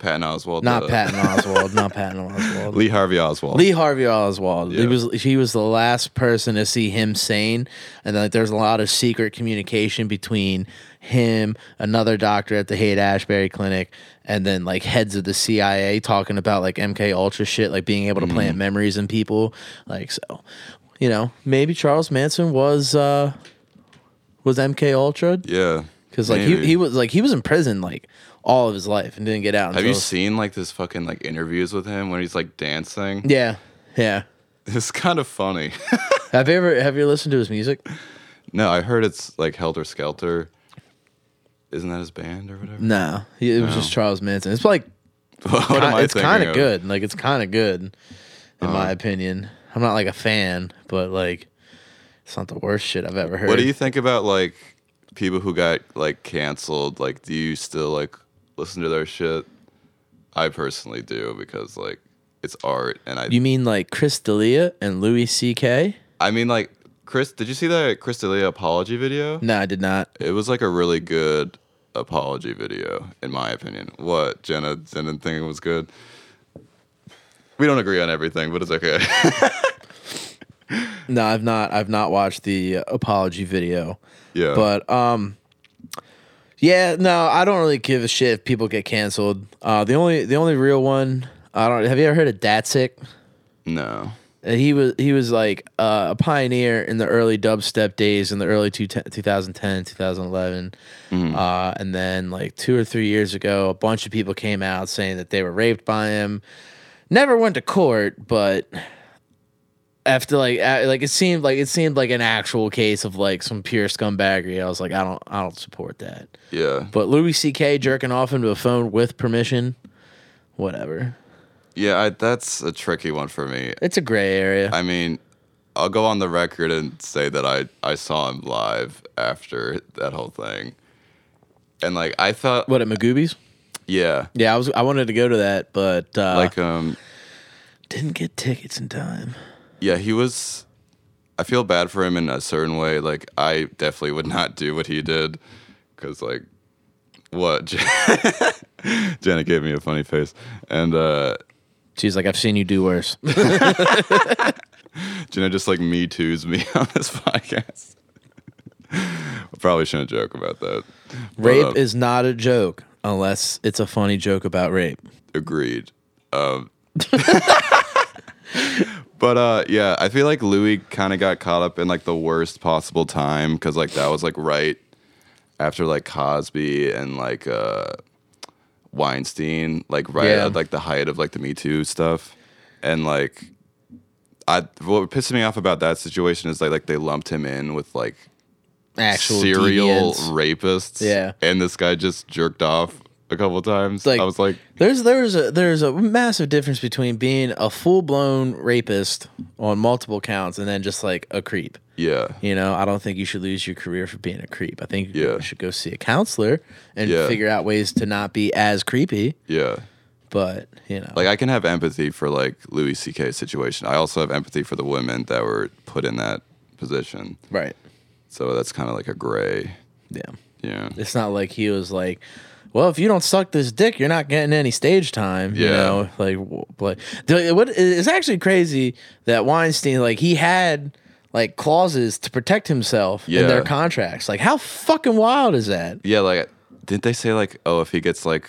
B: Patton Oswald.
A: Not
B: uh,
A: Patton Oswald. Not Patton Oswald.
B: Lee Harvey Oswald.
A: Lee Harvey Oswald. He
B: Yeah.
A: was he was the last person to see him sane, and like there's a lot of secret communication between him, another doctor at the Haight Ashbury Clinic, and then like heads of the CIA talking about like MK Ultra shit, like being able to
B: Mm-hmm.
A: plant memories in people, like so, you know, maybe Charles Manson was uh was MK Ultra
B: Yeah.
A: because like
B: maybe.
A: he he was like he was in prison like all of his life and didn't get out.
B: Have you
A: until-
B: seen like this fucking like interviews with him when he's like dancing?
A: Yeah, yeah.
B: It's kind of funny.
A: Have you ever have you listened to his music?
B: no, I heard it's like Helter Skelter. Isn't that his band or whatever?
A: No, it was just Charles Manson. It's like
B: what am I
A: it's
B: thinking
A: kind of
B: of? Uh-huh.
A: good. Like it's kind of good, in my opinion. I'm not like a fan, but like it's not the worst shit I've ever heard.
B: What do you think about like people who got like canceled? Like, do you still like listen to their shit? I personally do because like it's art, and I
A: You mean like Chris D'Elia and Louis C.K.?
B: I mean like Chris. Did you see that Chris D'Elia apology video?
A: No, I did not.
B: It was like a really good apology video, in my opinion. What Jenna didn't think it was good. We don't agree on everything, but it's okay.
A: No, I've not. I've not watched the uh, apology video.
B: yeah,
A: But um, yeah, no, I don't really give a shit if people get canceled. Uh, the only the only real one I don't. Have you ever heard of Datsik?
B: no,
A: And Uh, he was he was like uh, a pioneer in the early dubstep days in the early two, 2010 2011 uh, and then like two or three years ago a bunch of people came out saying that they were raped by him never went to court but after like a- like it seemed like it seemed like an actual case of like some pure scumbaggery i was like i don't i don't support that
B: yeah.
A: but louis ck jerking off into a phone with permission whatever
B: Yeah, I, that's a tricky one for me.
A: It's a gray area.
B: I mean, I'll go on the record and say that I, I saw him live after that whole thing. And like I thought
A: what at Magoobies?
B: yeah.
A: Yeah, I was I wanted to go to that, but uh,
B: Like um
A: didn't get tickets in time.
B: yeah, he was I feel bad for him in a certain way. Like I definitely would not do what he did cuz like what Janet gave me a funny face and uh
A: She's like, I've seen you do worse.
B: Jenna just like me too's me on this podcast. Probably shouldn't joke about that. But,
A: rape
B: um,
A: is not a joke unless it's a funny joke about rape.
B: agreed. Um, but uh, yeah, I feel like Louis kind of got caught up in like the worst possible time because like that was like right after like Cosby and like uh, Weinstein, like right
A: Yeah.
B: at like the height of like the Me Too stuff, and like I what pissed me off about that situation is like like they lumped him in with like
A: Actual
B: serial
A: deviants.
B: rapists,
A: Yeah.
B: and this guy just jerked off a couple times.
A: Like-
B: I was like.
A: There's there's a there's a massive difference between being a full blown rapist on multiple counts and then just like a creep.
B: Yeah.
A: You know, I don't think you should lose your career for being a creep. I think
B: Yeah.
A: you should go see a counselor and
B: Yeah.
A: figure out ways to not be as creepy.
B: Yeah.
A: But you know,
B: Like I can have empathy for like Louis CK situation. I also have empathy for the women that were put in that position.
A: right?
B: So that's kind of like a gray.
A: Yeah.
B: Yeah.
A: It's not like he was like, well, if you don't suck this dick, you're not getting any stage time. You
B: Yeah.
A: know, like, w- like the- what? It's actually crazy that Weinstein, like, he had like clauses to protect himself in
B: Yeah.
A: their contracts. Like, how fucking wild is that?
B: Yeah. Like, did they say like, oh, if he gets like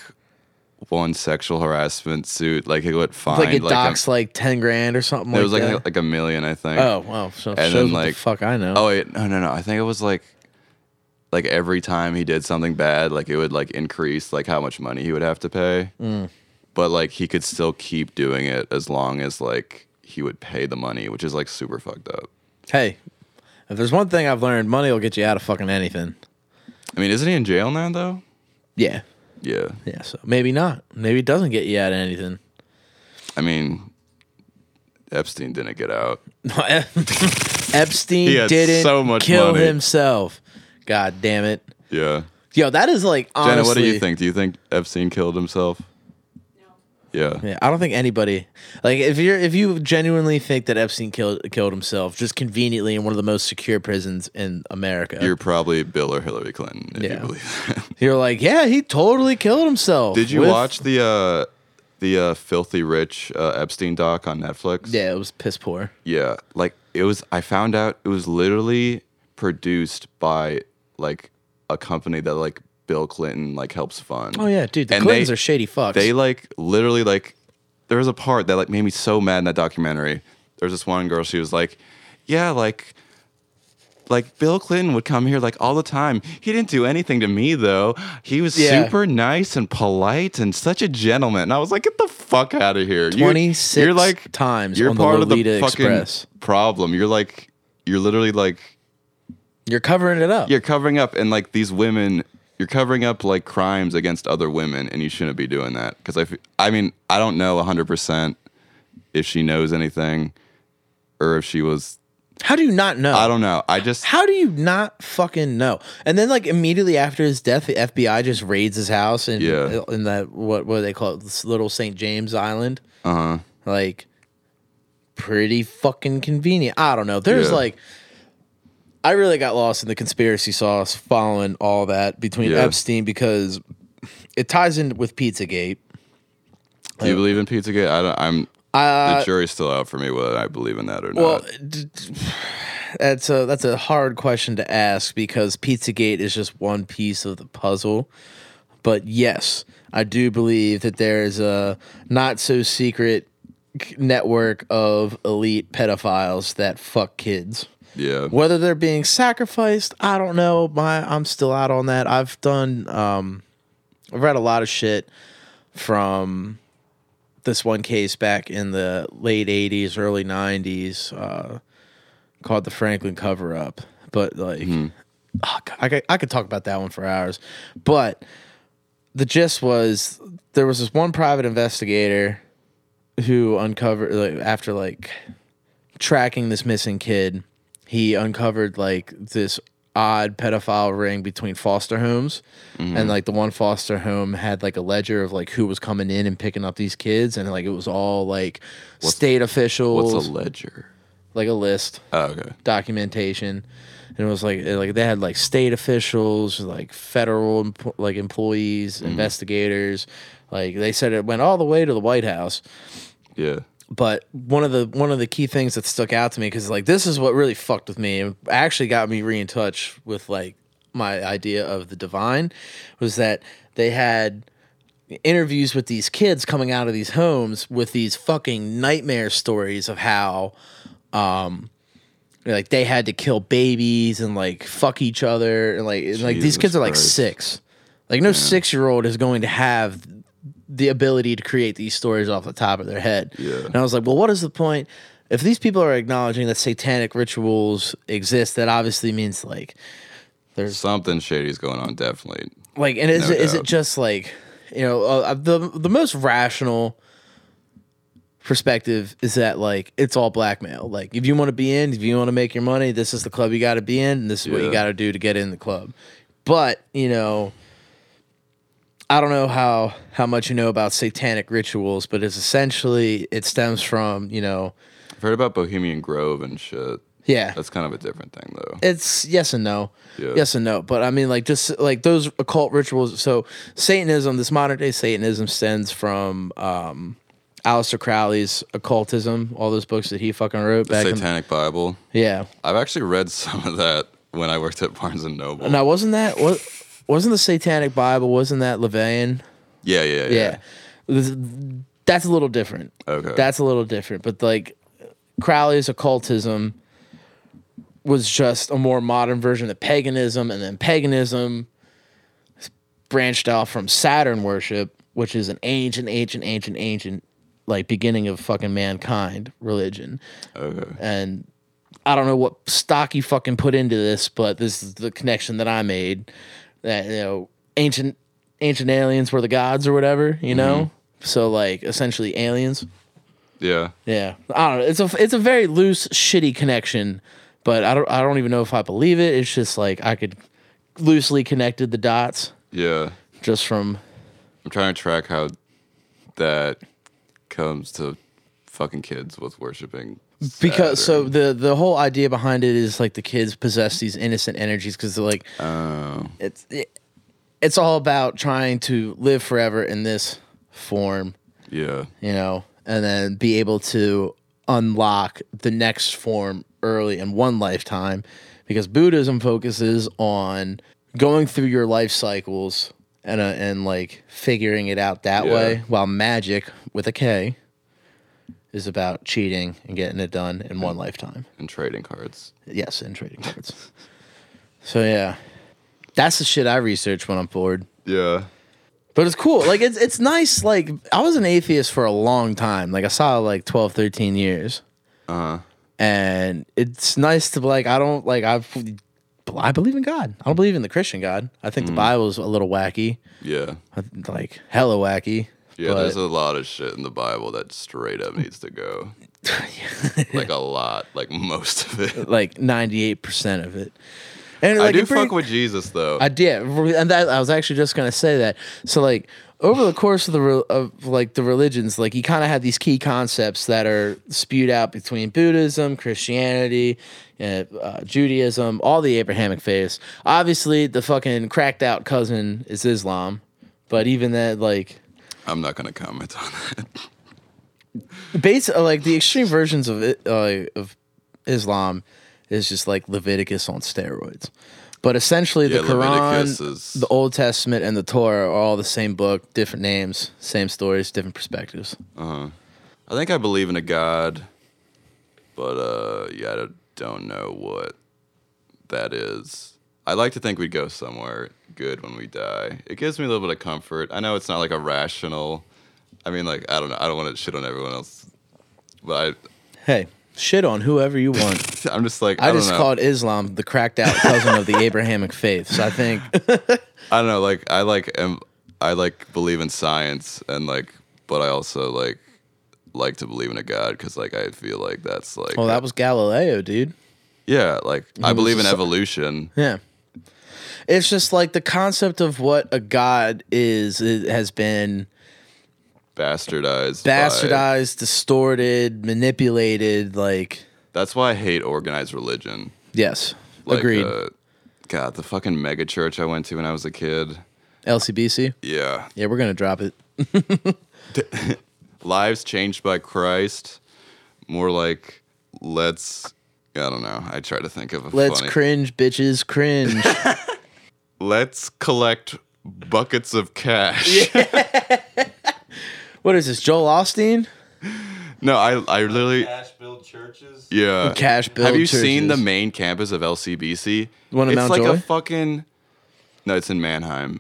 B: one sexual harassment suit, like he would fine
A: Like, it
B: a-
A: docks like ten grand or something.
B: it was
A: like,
B: like
A: that.
B: like, a million, I think.
A: oh wow, so it
B: and
A: shows
B: then,
A: what
B: like-
A: the fuck I know.
B: Oh wait, no, no, no. I think it was like, like every time he did something bad, like it would like increase like how much money he would have to pay.
A: Mm.
B: But like he could still keep doing it as long as like he would pay the money, which is like super fucked up.
A: Hey, if there's one thing I've learned, money will get you out of fucking anything.
B: I mean, isn't he in jail now though?
A: Yeah,
B: Yeah.
A: yeah. So maybe not. Maybe it doesn't get you out of anything.
B: I mean, Epstein didn't get out.
A: E- Epstein
B: He had
A: didn't
B: so much
A: kill
B: money.
A: himself. God damn it.
B: Yeah.
A: Yo, that is like honestly.
B: Jenna, what do you think? Do you think Epstein killed himself? Yeah.
A: Yeah, I don't think anybody like if you're if you genuinely think that Epstein killed killed himself just conveniently in one of the most secure prisons in America.
B: You're probably Bill or Hillary Clinton if
A: Yeah.
B: you believe that.
A: you're like, yeah, he totally killed himself.
B: Did you
A: with-"
B: watch the uh, the uh, Filthy Rich uh, Epstein doc on Netflix?
A: Yeah, it was piss poor.
B: Yeah. Like it was. I found out it was literally produced by like a company that like Bill Clinton like helps fund.
A: Oh yeah, dude, the
B: And
A: Clintons
B: they-
A: are shady fucks.
B: They like literally like there was a part that like made me so mad in that documentary. There was this one girl. She was like, "Yeah, like." Like Bill Clinton would come here like all the time. He didn't do anything to me though. He was
A: Yeah.
B: super nice and polite and such a gentleman. And I was like, get the fuck out of here. You-
A: 26 times
B: You're
A: on the
B: part of the
A: Lolita
B: fucking
A: Express.
B: problem. You're like, you're literally like
A: you're covering it up.
B: you're covering up and like these women you're covering up like crimes against other women and you shouldn't be doing that because I, f- I mean i don't know 100% if she knows anything or if she was
A: How do you not know?
B: i don't know i just
A: How do you not fucking know? And then like immediately after his death, the FBI just raids his house and
B: Yeah.
A: in that what what do they call it? This little St. James Island. Uh
B: Uh-huh.
A: huh. Like pretty fucking convenient. I don't know. There's
B: Yeah.
A: like I really got lost in the conspiracy sauce following all that between
B: Yeah.
A: Epstein because it ties in with Pizzagate.
B: do you believe in pizzagate i don't i'm
A: Uh,
B: the jury's still out for me whether i believe in that or
A: Well,
B: not
A: d- d- that's a that's a hard question to ask because Pizzagate is just one piece of the puzzle. But yes, I do believe that there is a not so secret k- network of elite pedophiles that fuck kids.
B: yeah
A: Whether they're being sacrificed, I don't know. My I'm still out on that. I've done um I've read a lot of shit from this one case back in the late 80s, early 90s uh called the Franklin cover up. But like oh, God, I could, I could talk about that one for hours. But the gist was there was this one private investigator who uncovered like after like tracking this missing kid, he uncovered like this odd pedophile ring between foster homes and like the one foster home had like a ledger of like who was coming in and picking up these kids and like it was all like state officials
B: What's a ledger?
A: like a list
B: Oh, okay.
A: documentation and it was like it- like they had like state officials like federal empo- like employees investigators like they said it went all the way to the white house
B: Yeah.
A: but one of the one of the key things that stuck out to me because like this is what really fucked with me and actually got me re in touch with like my idea of the divine was that they had interviews with these kids coming out of these homes with these fucking nightmare stories of how um, like they had to kill babies and like fuck each other and like and, like these
B: Jesus
A: kids are like
B: Christ.
A: six like no six year old is going to have the ability to create these stories off the top of their head
B: Yeah.
A: and i was like well what is the point if these people are acknowledging that satanic rituals exist that obviously means like
B: Something shady's going on, definitely.
A: like and is
B: No
A: it, is it
B: doubt.
A: just like you know uh, the the most rational perspective is that like it's all blackmail like if you want to be in if you want to make your money this is the club you got to be in and this is what you
B: Yeah.
A: got to do to get in the club but you know i don't know how how much you know about satanic rituals but it's essentially it stems from you know
B: I've heard about Bohemian Grove and shit.
A: yeah
B: That's kind of a different thing, though.
A: it's yes and no
B: Yeah.
A: yes and no but i mean like just like those occult rituals so satanism this modern day satanism stems from um Aleister Crowley's occultism, all those books that he fucking wrote back in
B: Satanic Bible.
A: yeah.
B: I've actually read some of that when I worked at Barnes and Noble.
A: Now wasn't that what wasn't the Satanic Bible? Wasn't that Levian?
B: Yeah, yeah, yeah.
A: Yeah, This- that's a little different.
B: Okay.
A: that's a little different. But like Crowley's occultism was just a more modern version of paganism, and then paganism branched out from Saturn worship, which is an ancient, ancient, ancient, ancient, like beginning of fucking mankind religion.
B: Okay.
A: And I don't know what stock you fucking put into this, but this is the connection that I made. That you know, ancient ancient aliens were the gods or whatever, you know. So like essentially aliens.
B: Yeah.
A: Yeah, I don't know. It's a it's a very loose, shitty connection, but I don't I don't even know if I believe it. It's just like I could loosely connected the dots
B: Yeah.
A: just from
B: I'm trying to track how that comes to fucking kids with worshiping.
A: because so
B: Saturn.
A: the the whole idea behind it is like the kids possess these innocent energies because they're like
B: Oh.
A: it's it, it's all about trying to live forever in this form,
B: Yeah.
A: you know, and then be able to unlock the next form early in one lifetime because Buddhism focuses on going through your life cycles and uh, and like figuring it out that
B: Yeah.
A: way while magic with a K is about cheating and getting it done in one lifetime.
B: And trading cards.
A: Yes, and trading cards. so yeah. That's the shit I research when I'm bored.
B: Yeah.
A: But it's cool. Like it's it's nice like I was an atheist for a long time. Like I saw like 12, 13 years.
B: Uh huh.
A: And it's nice to like I don't like I I believe in God. I don't believe in the Christian God. I think
B: Mm.
A: the Bible's a little wacky. uh,
B: Yeah.
A: Like hella wacky.
B: Yeah,
A: but-
B: there's a lot of shit in the Bible that straight up needs to go. Like a lot, like most of it.
A: like 98% of it. And
B: I
A: like
B: do
A: it pretty-
B: fuck with Jesus though.
A: I did, and that I was actually just gonna say that. So like over the course of the re- of like the religions, like you kind of have these key concepts that are spewed out between Buddhism, Christianity, uh, uh, Judaism, all the Abrahamic faiths. Obviously, the fucking cracked out cousin is Islam, but even that like
B: I'm not gonna comment on that.
A: base uh, like the extreme versions of it, uh, of Islam is just like Leviticus on steroids. But essentially,
B: Yeah,
A: the Quran,
B: Leviticus is-
A: the Old Testament, and the Torah are all the same book, different names, same stories, different perspectives.
B: I think I believe in a God, but uh, yeah, I don't know what that is. I like to think we'd go somewhere good when we die. It gives me a little bit of comfort. I know it's not like a rational. I mean, like I don't know. I don't want to shit on everyone else, but
A: Hey, shit on whoever you want.
B: I, I'm just like I,
A: I
B: don't
A: just
B: know.
A: called Islam the cracked out cousin of the Abrahamic faith. So I think
B: I don't know. Like um, I like am. I like believe in science and like, but I also like like to believe in a god because like I feel like that's like
A: Well, Oh, that was Galileo, dude.
B: yeah, like I
A: was
B: believe in
A: just-
B: evolution.
A: Yeah. It's just like the concept of what a god is it has been
B: Bastardized. by- uh,
A: bastardized, distorted, manipulated. Like,
B: that's why I hate organized religion.
A: yes,
B: Like,
A: agreed.
B: uh, God, the fucking mega church I went to when I was a kid.
A: LCBC.
B: Yeah,
A: Yeah, we're gonna drop it.
B: lives changed by Christ. More like let's. I don't know. I try to think of a
A: Let's
B: funny.
A: cringe, bitches, cringe.
B: let's collect buckets of cash.
A: what is this, Joel Austin?
B: no, I I literally
C: Cash build churches.
B: yeah.
A: Cash build
B: Have you seen the
A: churches.
B: main campus of LCBC?
A: The one in
B: it's
A: Mount
B: like
A: Joy?
B: a fucking. No, it's in Manheim.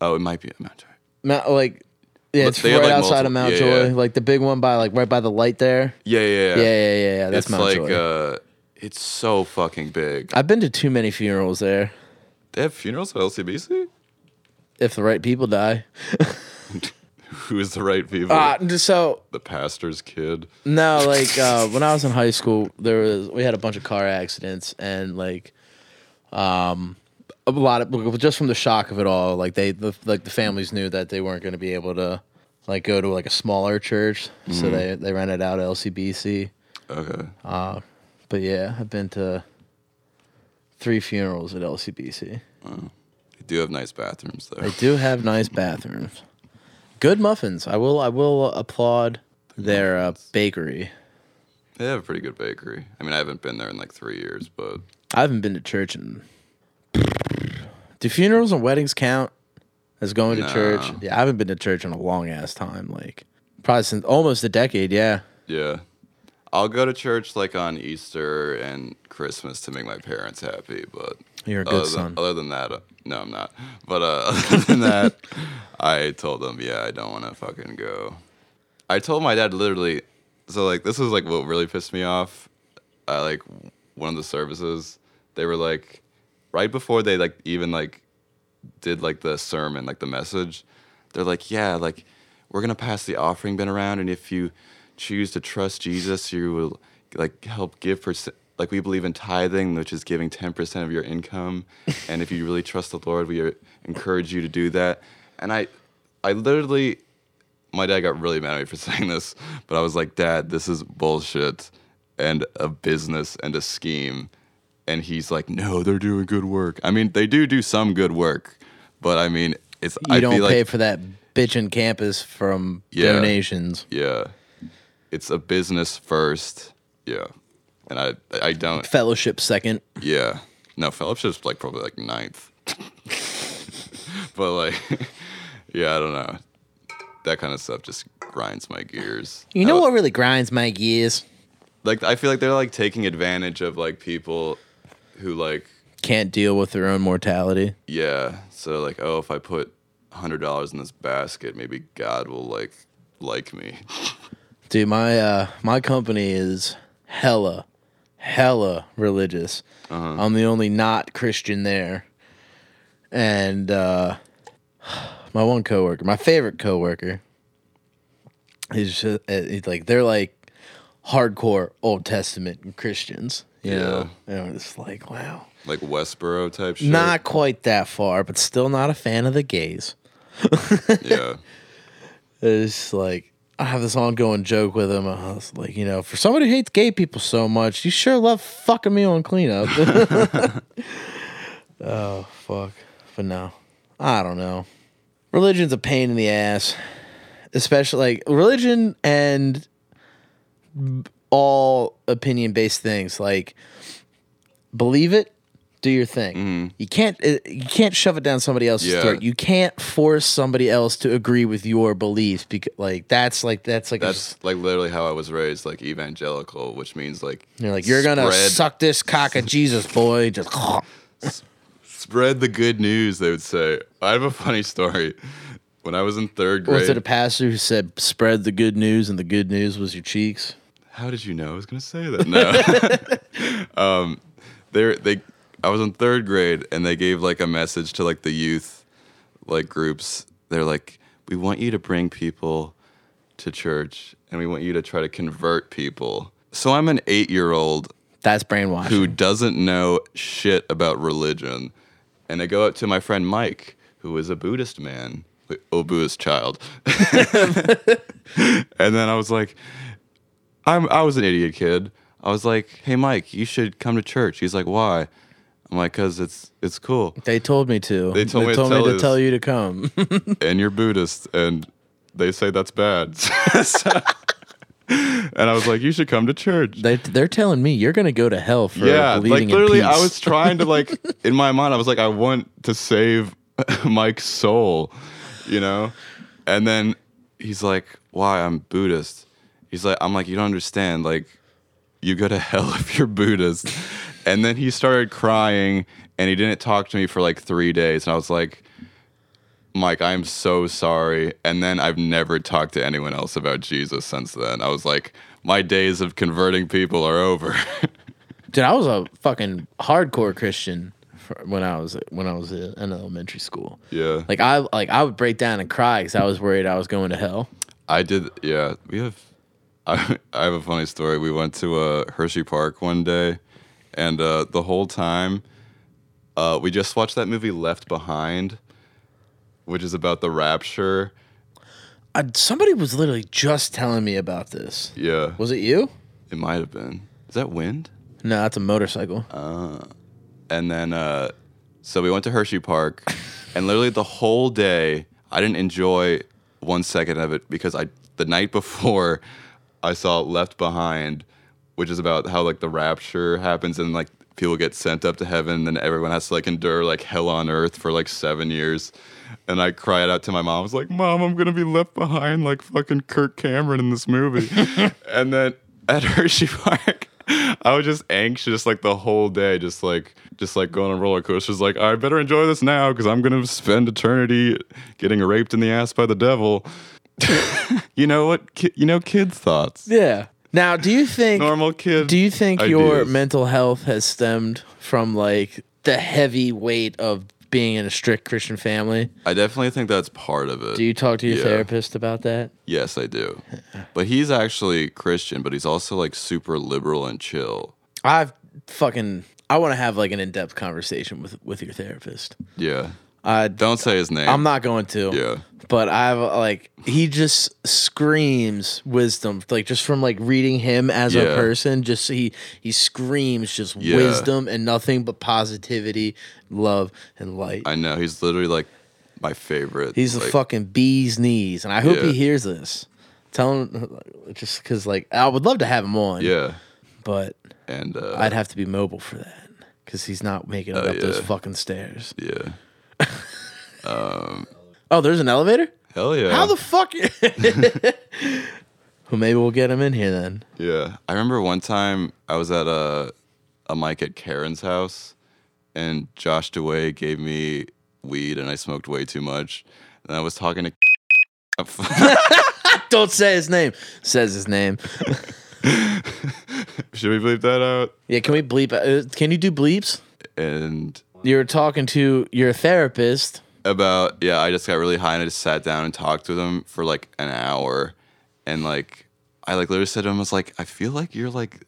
B: Oh, it might be at Mount Joy.
A: Mount, like, yeah, it's
B: they
A: right
B: had, like,
A: outside of
B: multiple-
A: Mount
B: yeah,
A: Joy,
B: yeah.
A: like the big one by like right by the light there.
B: Yeah, yeah, yeah.
A: Yeah, yeah, yeah, yeah. That's
B: it's
A: Mount
B: like
A: Joy.
B: uh, it's so fucking big.
A: I've been to too many funerals there.
B: They have funerals at LCBC.
A: If the right people die,
B: Who is the right people?
A: uh, so
B: the pastor's kid.
A: No, like uh, when I was in high school, there was we had a bunch of car accidents and like, um, a lot of just from the shock of it all, like they the, like the families knew that they weren't going to be able to like go to like a smaller church,
B: Mm-hmm.
A: so they they rented out LCBC.
B: Okay.
A: But yeah, I've been to three funerals at LCBC.
B: They do have nice bathrooms though.
A: They do have nice bathrooms, good muffins. I will I will applaud their uh, bakery.
B: They have a pretty good bakery. I mean, I haven't been there in like three years, but
A: I haven't been to church in. Do funerals and weddings count as going to
B: No.
A: church? Yeah, I haven't been to church in a long ass time. Like probably since almost a decade. Yeah.
B: yeah. I'll go to church like on Easter and Christmas to make my parents happy, but
A: You're a good
B: other than,
A: son.
B: Other than that, uh, no, I'm not. But uh, other than that, I told them, yeah, I don't want to fucking go. I told my dad literally. So like, this is like what really pissed me off. I like one of the services. They were like, right before they like even like did like the sermon, like the message. They're like, yeah, like we're gonna pass the offering bin around, and if you choose to trust Jesus, you will like help give percent. Like we believe in tithing, which is giving ten percent of your income, and if you really trust the Lord, we encourage you to do that. And I, I literally, my dad got really mad at me for saying this, but I was like, Dad, this is bullshit, and a business and a scheme. And he's like, No, they're doing good work. I mean, they do do some good work, but I mean, it's
A: You
B: I
A: don't
B: feel
A: pay
B: like
A: for that bitchin' campus from
B: Yeah.
A: donations.
B: Yeah. It's a business first. Yeah. And I I don't
A: Fellowship second.
B: yeah. No, fellowship's like probably like ninth. but like yeah, I don't know. That kind of stuff just grinds my gears.
A: You know
B: I-
A: what really grinds my gears?
B: Like I feel like they're like taking advantage of like people who like
A: Can't deal with their own mortality.
B: yeah. So like, oh, if I put hundred dollars in this basket, maybe God will like like me.
A: Dude, my uh, my company is hella, hella religious. I'm the only not Christian there, and uh, my one coworker, my favorite coworker, is just, uh, he's like they're like hardcore Old Testament Christians. You
B: Yeah.
A: know, and it's like wow,
B: Like Westboro type shit.
A: not quite that far, but still not a fan of the gays.
B: yeah.
A: It's like I have this ongoing joke with him. I was like, you know, for somebody who hates gay people so much, you sure love fucking me on cleanup. oh fuck! But no, I don't know. Religion's a pain in the ass, especially like religion and all opinion based things. Like, believe it, do your thing. You can't it, you can't shove it down somebody else's
B: Yeah.
A: throat. You can't force somebody else to agree with your beliefs because like that's like that's like a
B: That's like literally how I was raised, like evangelical, which means like
A: you're like you're gonna
B: spread,
A: suck this cock of Jesus, boy. Just
B: spread the good news. They would say. I have a funny story. When I was in third
A: was it a
B: grade,
A: pastor who said spread the good news and the good news was your cheeks?
B: how did you know I was gonna say that? No, um, they they. I was in third grade, and they gave like a message to like the youth, like groups. They're like, we want you to bring people to church and we want you to try to convert people. So I'm an eight year old
A: That's brainwashing.
B: who doesn't know shit about religion. And I go up to my friend Mike, who is a Buddhist man, a Buddhist child. and then I was like, I'm, I was an idiot kid. I was like, hey, Mike, you should come to church. He's like, why? I'm like, because it's, it's cool.
A: They told me to.
B: They told me to tell
A: me to
B: you.
A: tell you to come.
B: and you're Buddhist, and they say that's bad. So- and I was like, you should come to church.
A: they, they're telling me you're gonna go to hell for
B: yeah, like
A: believing
B: literally,
A: in peace.
B: I was trying to like in my mind, I was like, I want to save Mike's soul, you know. And then he's like, "Why? I'm Buddhist." He's like, "I'm like, you don't understand. Like, you go to hell if you're Buddhist." and then he started crying, and he didn't talk to me for like three days, and I was like. Mike, I'm so sorry. And then I've never talked to anyone else about Jesus since then. I was like, my days of converting people are over.
A: Dude, I was a fucking hardcore Christian for- when I was when I was in elementary school.
B: yeah.
A: Like I like I would break down and cry because I was worried I was going to hell.
B: I did. Yeah, we have. I, I have a funny story. We went to uh, Hershey Park one day, and uh, the whole time, uh, we just watched that movie Left Behind, which is about the rapture.
A: I, somebody was literally just telling me about this.
B: Yeah,
A: Was it you?
B: it might have been. Is that wind?
A: No, that's a motorcycle.
B: Uh, and then uh, so we went to Hershey Park, and literally the whole day I didn't enjoy one second of it because I the night before I saw Left Behind, which is about how like the rapture happens and like people get sent up to heaven and everyone has to like endure like hell on earth for like seven years. And I cried out to my mom. I was like, "Mom, I'm gonna be left behind like fucking Kirk Cameron in this movie." and then at Hershey Park, I was just anxious like the whole day, just like just like going on roller coasters. Like I better enjoy this now because I'm gonna spend eternity getting raped in the ass by the devil. you know what? Ki- you know kids' thoughts.
A: yeah. Now, do you think
B: Normal kid.
A: do you think your
B: ideas.
A: mental health has stemmed from like the heavy weight of being in a strict Christian family?
B: I definitely think that's part of it.
A: Do you talk to your
B: Yeah.
A: therapist about that?
B: Yes, I do. But he's actually Christian, but he's also like super liberal and chill.
A: I've fucking I want to have like an in-depth conversation with with your therapist.
B: Yeah.
A: I
B: Don't say his name.
A: I'm not going to.
B: Yeah.
A: But I've like he just screams wisdom, like just from like reading him as a
B: Yeah.
A: person. Just he he screams just
B: Yeah.
A: wisdom and nothing but positivity, love and light.
B: I know. He's literally like my favorite.
A: He's the
B: like,
A: fucking bee's knees, and I hope
B: Yeah.
A: he hears this. Tell him just because like I would love to have him on.
B: Yeah.
A: But
B: And uh,
A: I'd have to be mobile for that because he's not making it up those
B: yeah.
A: fucking stairs.
B: yeah.
A: Oh, there's an elevator.
B: Hell yeah.
A: How the fuck? well, maybe we'll get him in here then.
B: Yeah. I remember one time I was at a a mic at Karen's house and Josh DeWay gave me weed and I smoked way too much. And I was talking to
A: Don't say his name. Says his name.
B: Should we bleep that out?
A: Yeah, can we bleep? Uh, can you do bleeps?
B: And
A: You were talking to your therapist.
B: about yeah, I just got really high and I just sat down and talked with him for like an hour and like I like literally said to him I was like I feel like you're like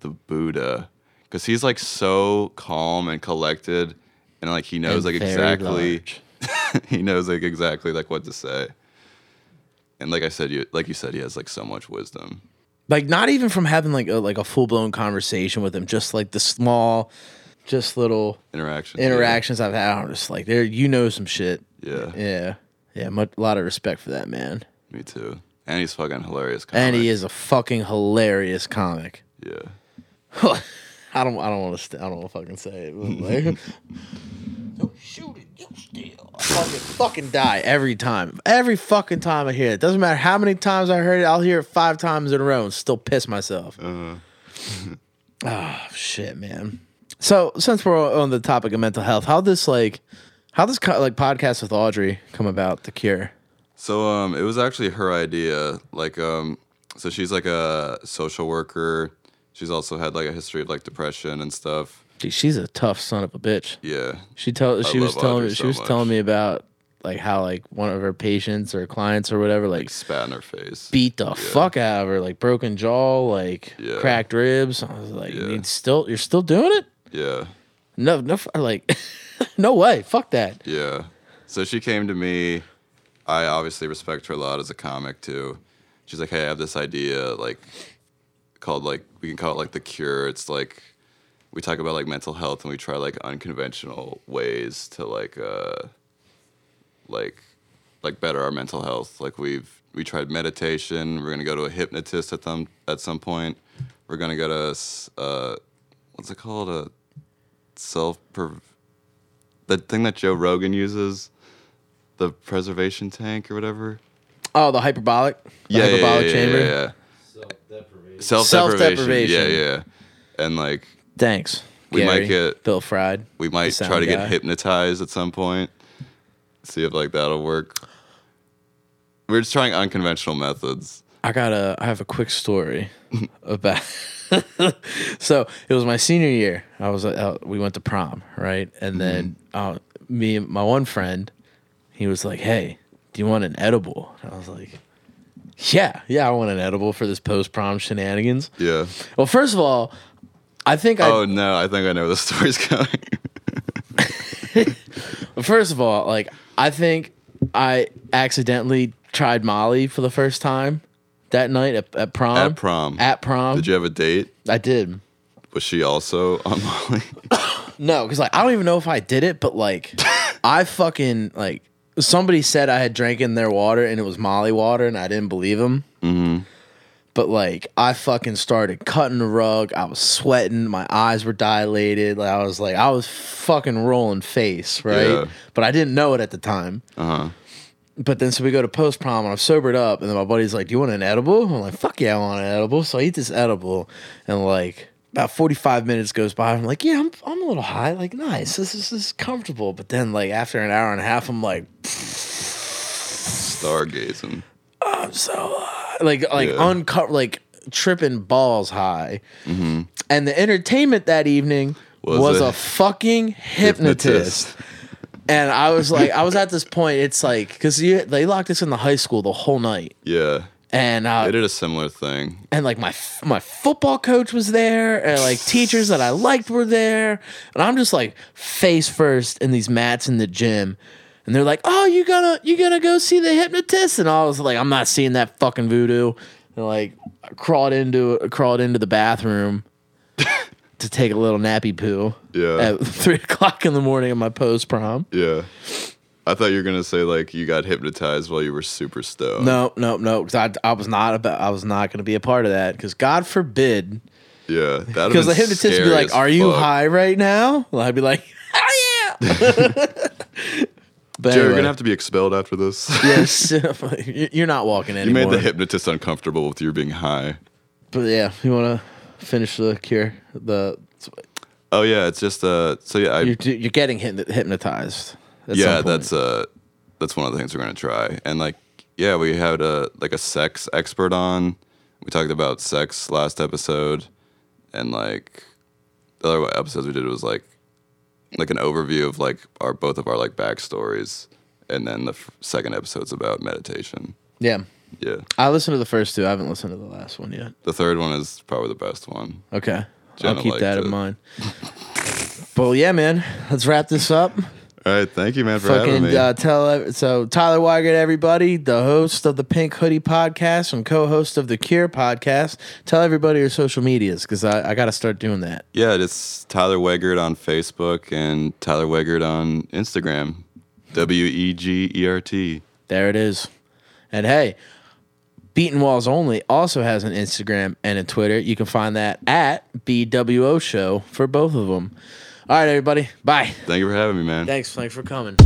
B: the Buddha cuz he's like so calm and collected and like he knows
A: And
B: like
A: very
B: exactly
A: large.
B: he knows like exactly like what to say. And like I said you like you said he has like so much wisdom.
A: Like not even from having like a, like a full blown conversation with him, just like the small, just little
B: Interaction.
A: interactions I've had. I'm just like, there, you know some shit.
B: Yeah.
A: Yeah, yeah. Much, a lot of respect for that man,
B: Me too. And he's fucking hilarious comic.
A: and he is a fucking hilarious comic.
B: Yeah.
A: I don't. I don't want to. St- I don't want to fucking say it. but, Like, don't shoot it. You steal. I fucking, fucking die every time. Every fucking time I hear it. Doesn't matter how many times I heard it. I'll hear it five times in a row and still piss myself. oh shit, man. So since we're on the topic of mental health, how this like, how this co- like podcast with Audrey come about? The cure.
B: So um, it was actually her idea. Like um, so she's like a social worker. She's also had like a history of like depression and stuff.
A: Dude, she's a tough son of a bitch.
B: Yeah,
A: She tell she was
B: love
A: telling
B: Audrey
A: me she
B: so
A: was
B: much.
A: telling me about like how like one of her patients or clients or whatever like
B: Like spat in her face.
A: beat the fuck out of her, like broken jaw, like
B: Yeah.
A: cracked ribs. I was like,
B: Yeah.
A: you still you're still doing it?
B: yeah.
A: No, no, f- like, no way, fuck that.
B: Yeah. So she came to me. I obviously respect her a lot as a comic too. She's like, hey, I have this idea, like called like we can call it like the cure. It's like we talk about like mental health and we try like unconventional ways to like uh like like better our mental health. Like we've we tried meditation. We're gonna go to a hypnotist at some at some point. We're gonna go to s- uh what's it called a self the thing that Joe Rogan uses, the preservation tank or whatever.
D: Oh, the hyperbolic, the hyperbolic chamber.
C: Self deprivation.
B: Self deprivation. Yeah,
D: Self-deprivation.
B: yeah. And like
A: Thanks.
B: We might get-
A: Bill Fried.
B: we might
A: sound
B: try to
A: guy.
B: get hypnotized at some point. See if like that'll work. We're just trying unconventional methods.
A: I got a. I have a quick story about. so it was my senior year. I was. Uh, we went to prom, right? And
B: Mm-hmm.
A: then uh, me and my one friend, he was like, "Hey, do you want an edible?" And I was like, "Yeah, yeah, I want an edible for this post prom shenanigans."
B: Yeah.
A: Well, first of all, I think I.
B: Oh no, I think I know where the story's going.
A: First of all, like I think I accidentally tried Molly for the first time that night at, at prom.
B: At prom.
A: At prom.
B: Did you have a date?
A: I did.
B: Was she also on Molly?
A: No, because like I don't even know if I did it, but like I fucking like somebody said I had drank in their water and it was Molly water, and I didn't believe him. Mm-hmm. But like I fucking started cutting the rug. I was sweating. My eyes were dilated. Like I was like I was fucking rolling face, right?
B: Yeah.
A: But I didn't know it at the time.
B: Uh huh.
A: But then so we go to post prom and I'm sobered up and then my buddy's like, Do you want an edible? I'm like, Fuck yeah, I want an edible. So I eat this edible and like about 45 minutes goes by. I'm like, Yeah, I'm, I'm a little high. Like, nice. This is, this is comfortable. But then like after an hour and a half, I'm like,
B: Stargazing.
A: I'm so high. Like like
B: Yeah.
A: unco- like tripping balls high. And the entertainment that evening was,
B: Mm-hmm. Was
A: a,
B: a
A: fucking hypnotist. And I was like, I was at this point, it's like, because they locked us in the high school the whole night.
B: Yeah.
A: And uh,
B: They did a similar thing.
A: and like my f- my football coach was there and like teachers that I liked were there and I'm just like face first in these mats in the gym and they're like oh you gonna you gonna go see the hypnotist and I was like I'm not seeing that fucking voodoo and like I crawled into crawled into the bathroom to take a little nappy poo
B: Yeah.
A: at three o'clock in the morning of my post prom
B: Yeah. I thought you were gonna say like you got hypnotized while you were super stoned.
A: no no no 'cause I, I was not about I was not gonna be a part of that because God forbid
B: Yeah. That
A: Because the hypnotist would be like, "Are you high right now?" Well, I'd be like, "Oh yeah." but
B: Jerry, you're
A: anyway,
B: gonna have to be expelled after this.
A: yes, you- you're not walking
B: you
A: anymore.
B: made the hypnotist uncomfortable with you being high.
A: But yeah, you want to finish the cure? The
B: Oh yeah, it's just uh. So yeah, I,
A: you're, you're getting hypno- hypnotized. at some
B: yeah,
A: point.
B: that's uh, that's one of the things we're gonna try. And like, yeah, we had a like a sex expert on. We talked about sex last episode, and like the other episodes we did was like like an overview of like our both of our like backstories, and then the f- second episode's about meditation.
A: yeah.
B: Yeah,
A: I listened to the first two. I haven't listened to the last one yet.
B: the third one is probably the best one.
A: Okay,
B: Jenna
A: I'll keep
B: liked
A: that
B: it.
A: in mind. but yeah, man, let's wrap this up.
B: All right, thank you, man, for having
A: fucking
B: me.
A: uh, tell ev- so Tyler Weigert, everybody, the host of the Pink Hoodie Podcast and co-host of the Cure Podcast. Tell everybody your social medias because I, I got to start doing that.
B: Yeah, it's Tyler Wegert on Facebook and Tyler Wegert on Instagram. W E G E R T.
A: There it is. And hey, Beaten Walls Only also has an Instagram and a Twitter. You can find that at BWO Show for both of them. All right, everybody. Bye.
B: Thank you for having me, man.
A: Thanks. Thanks for coming.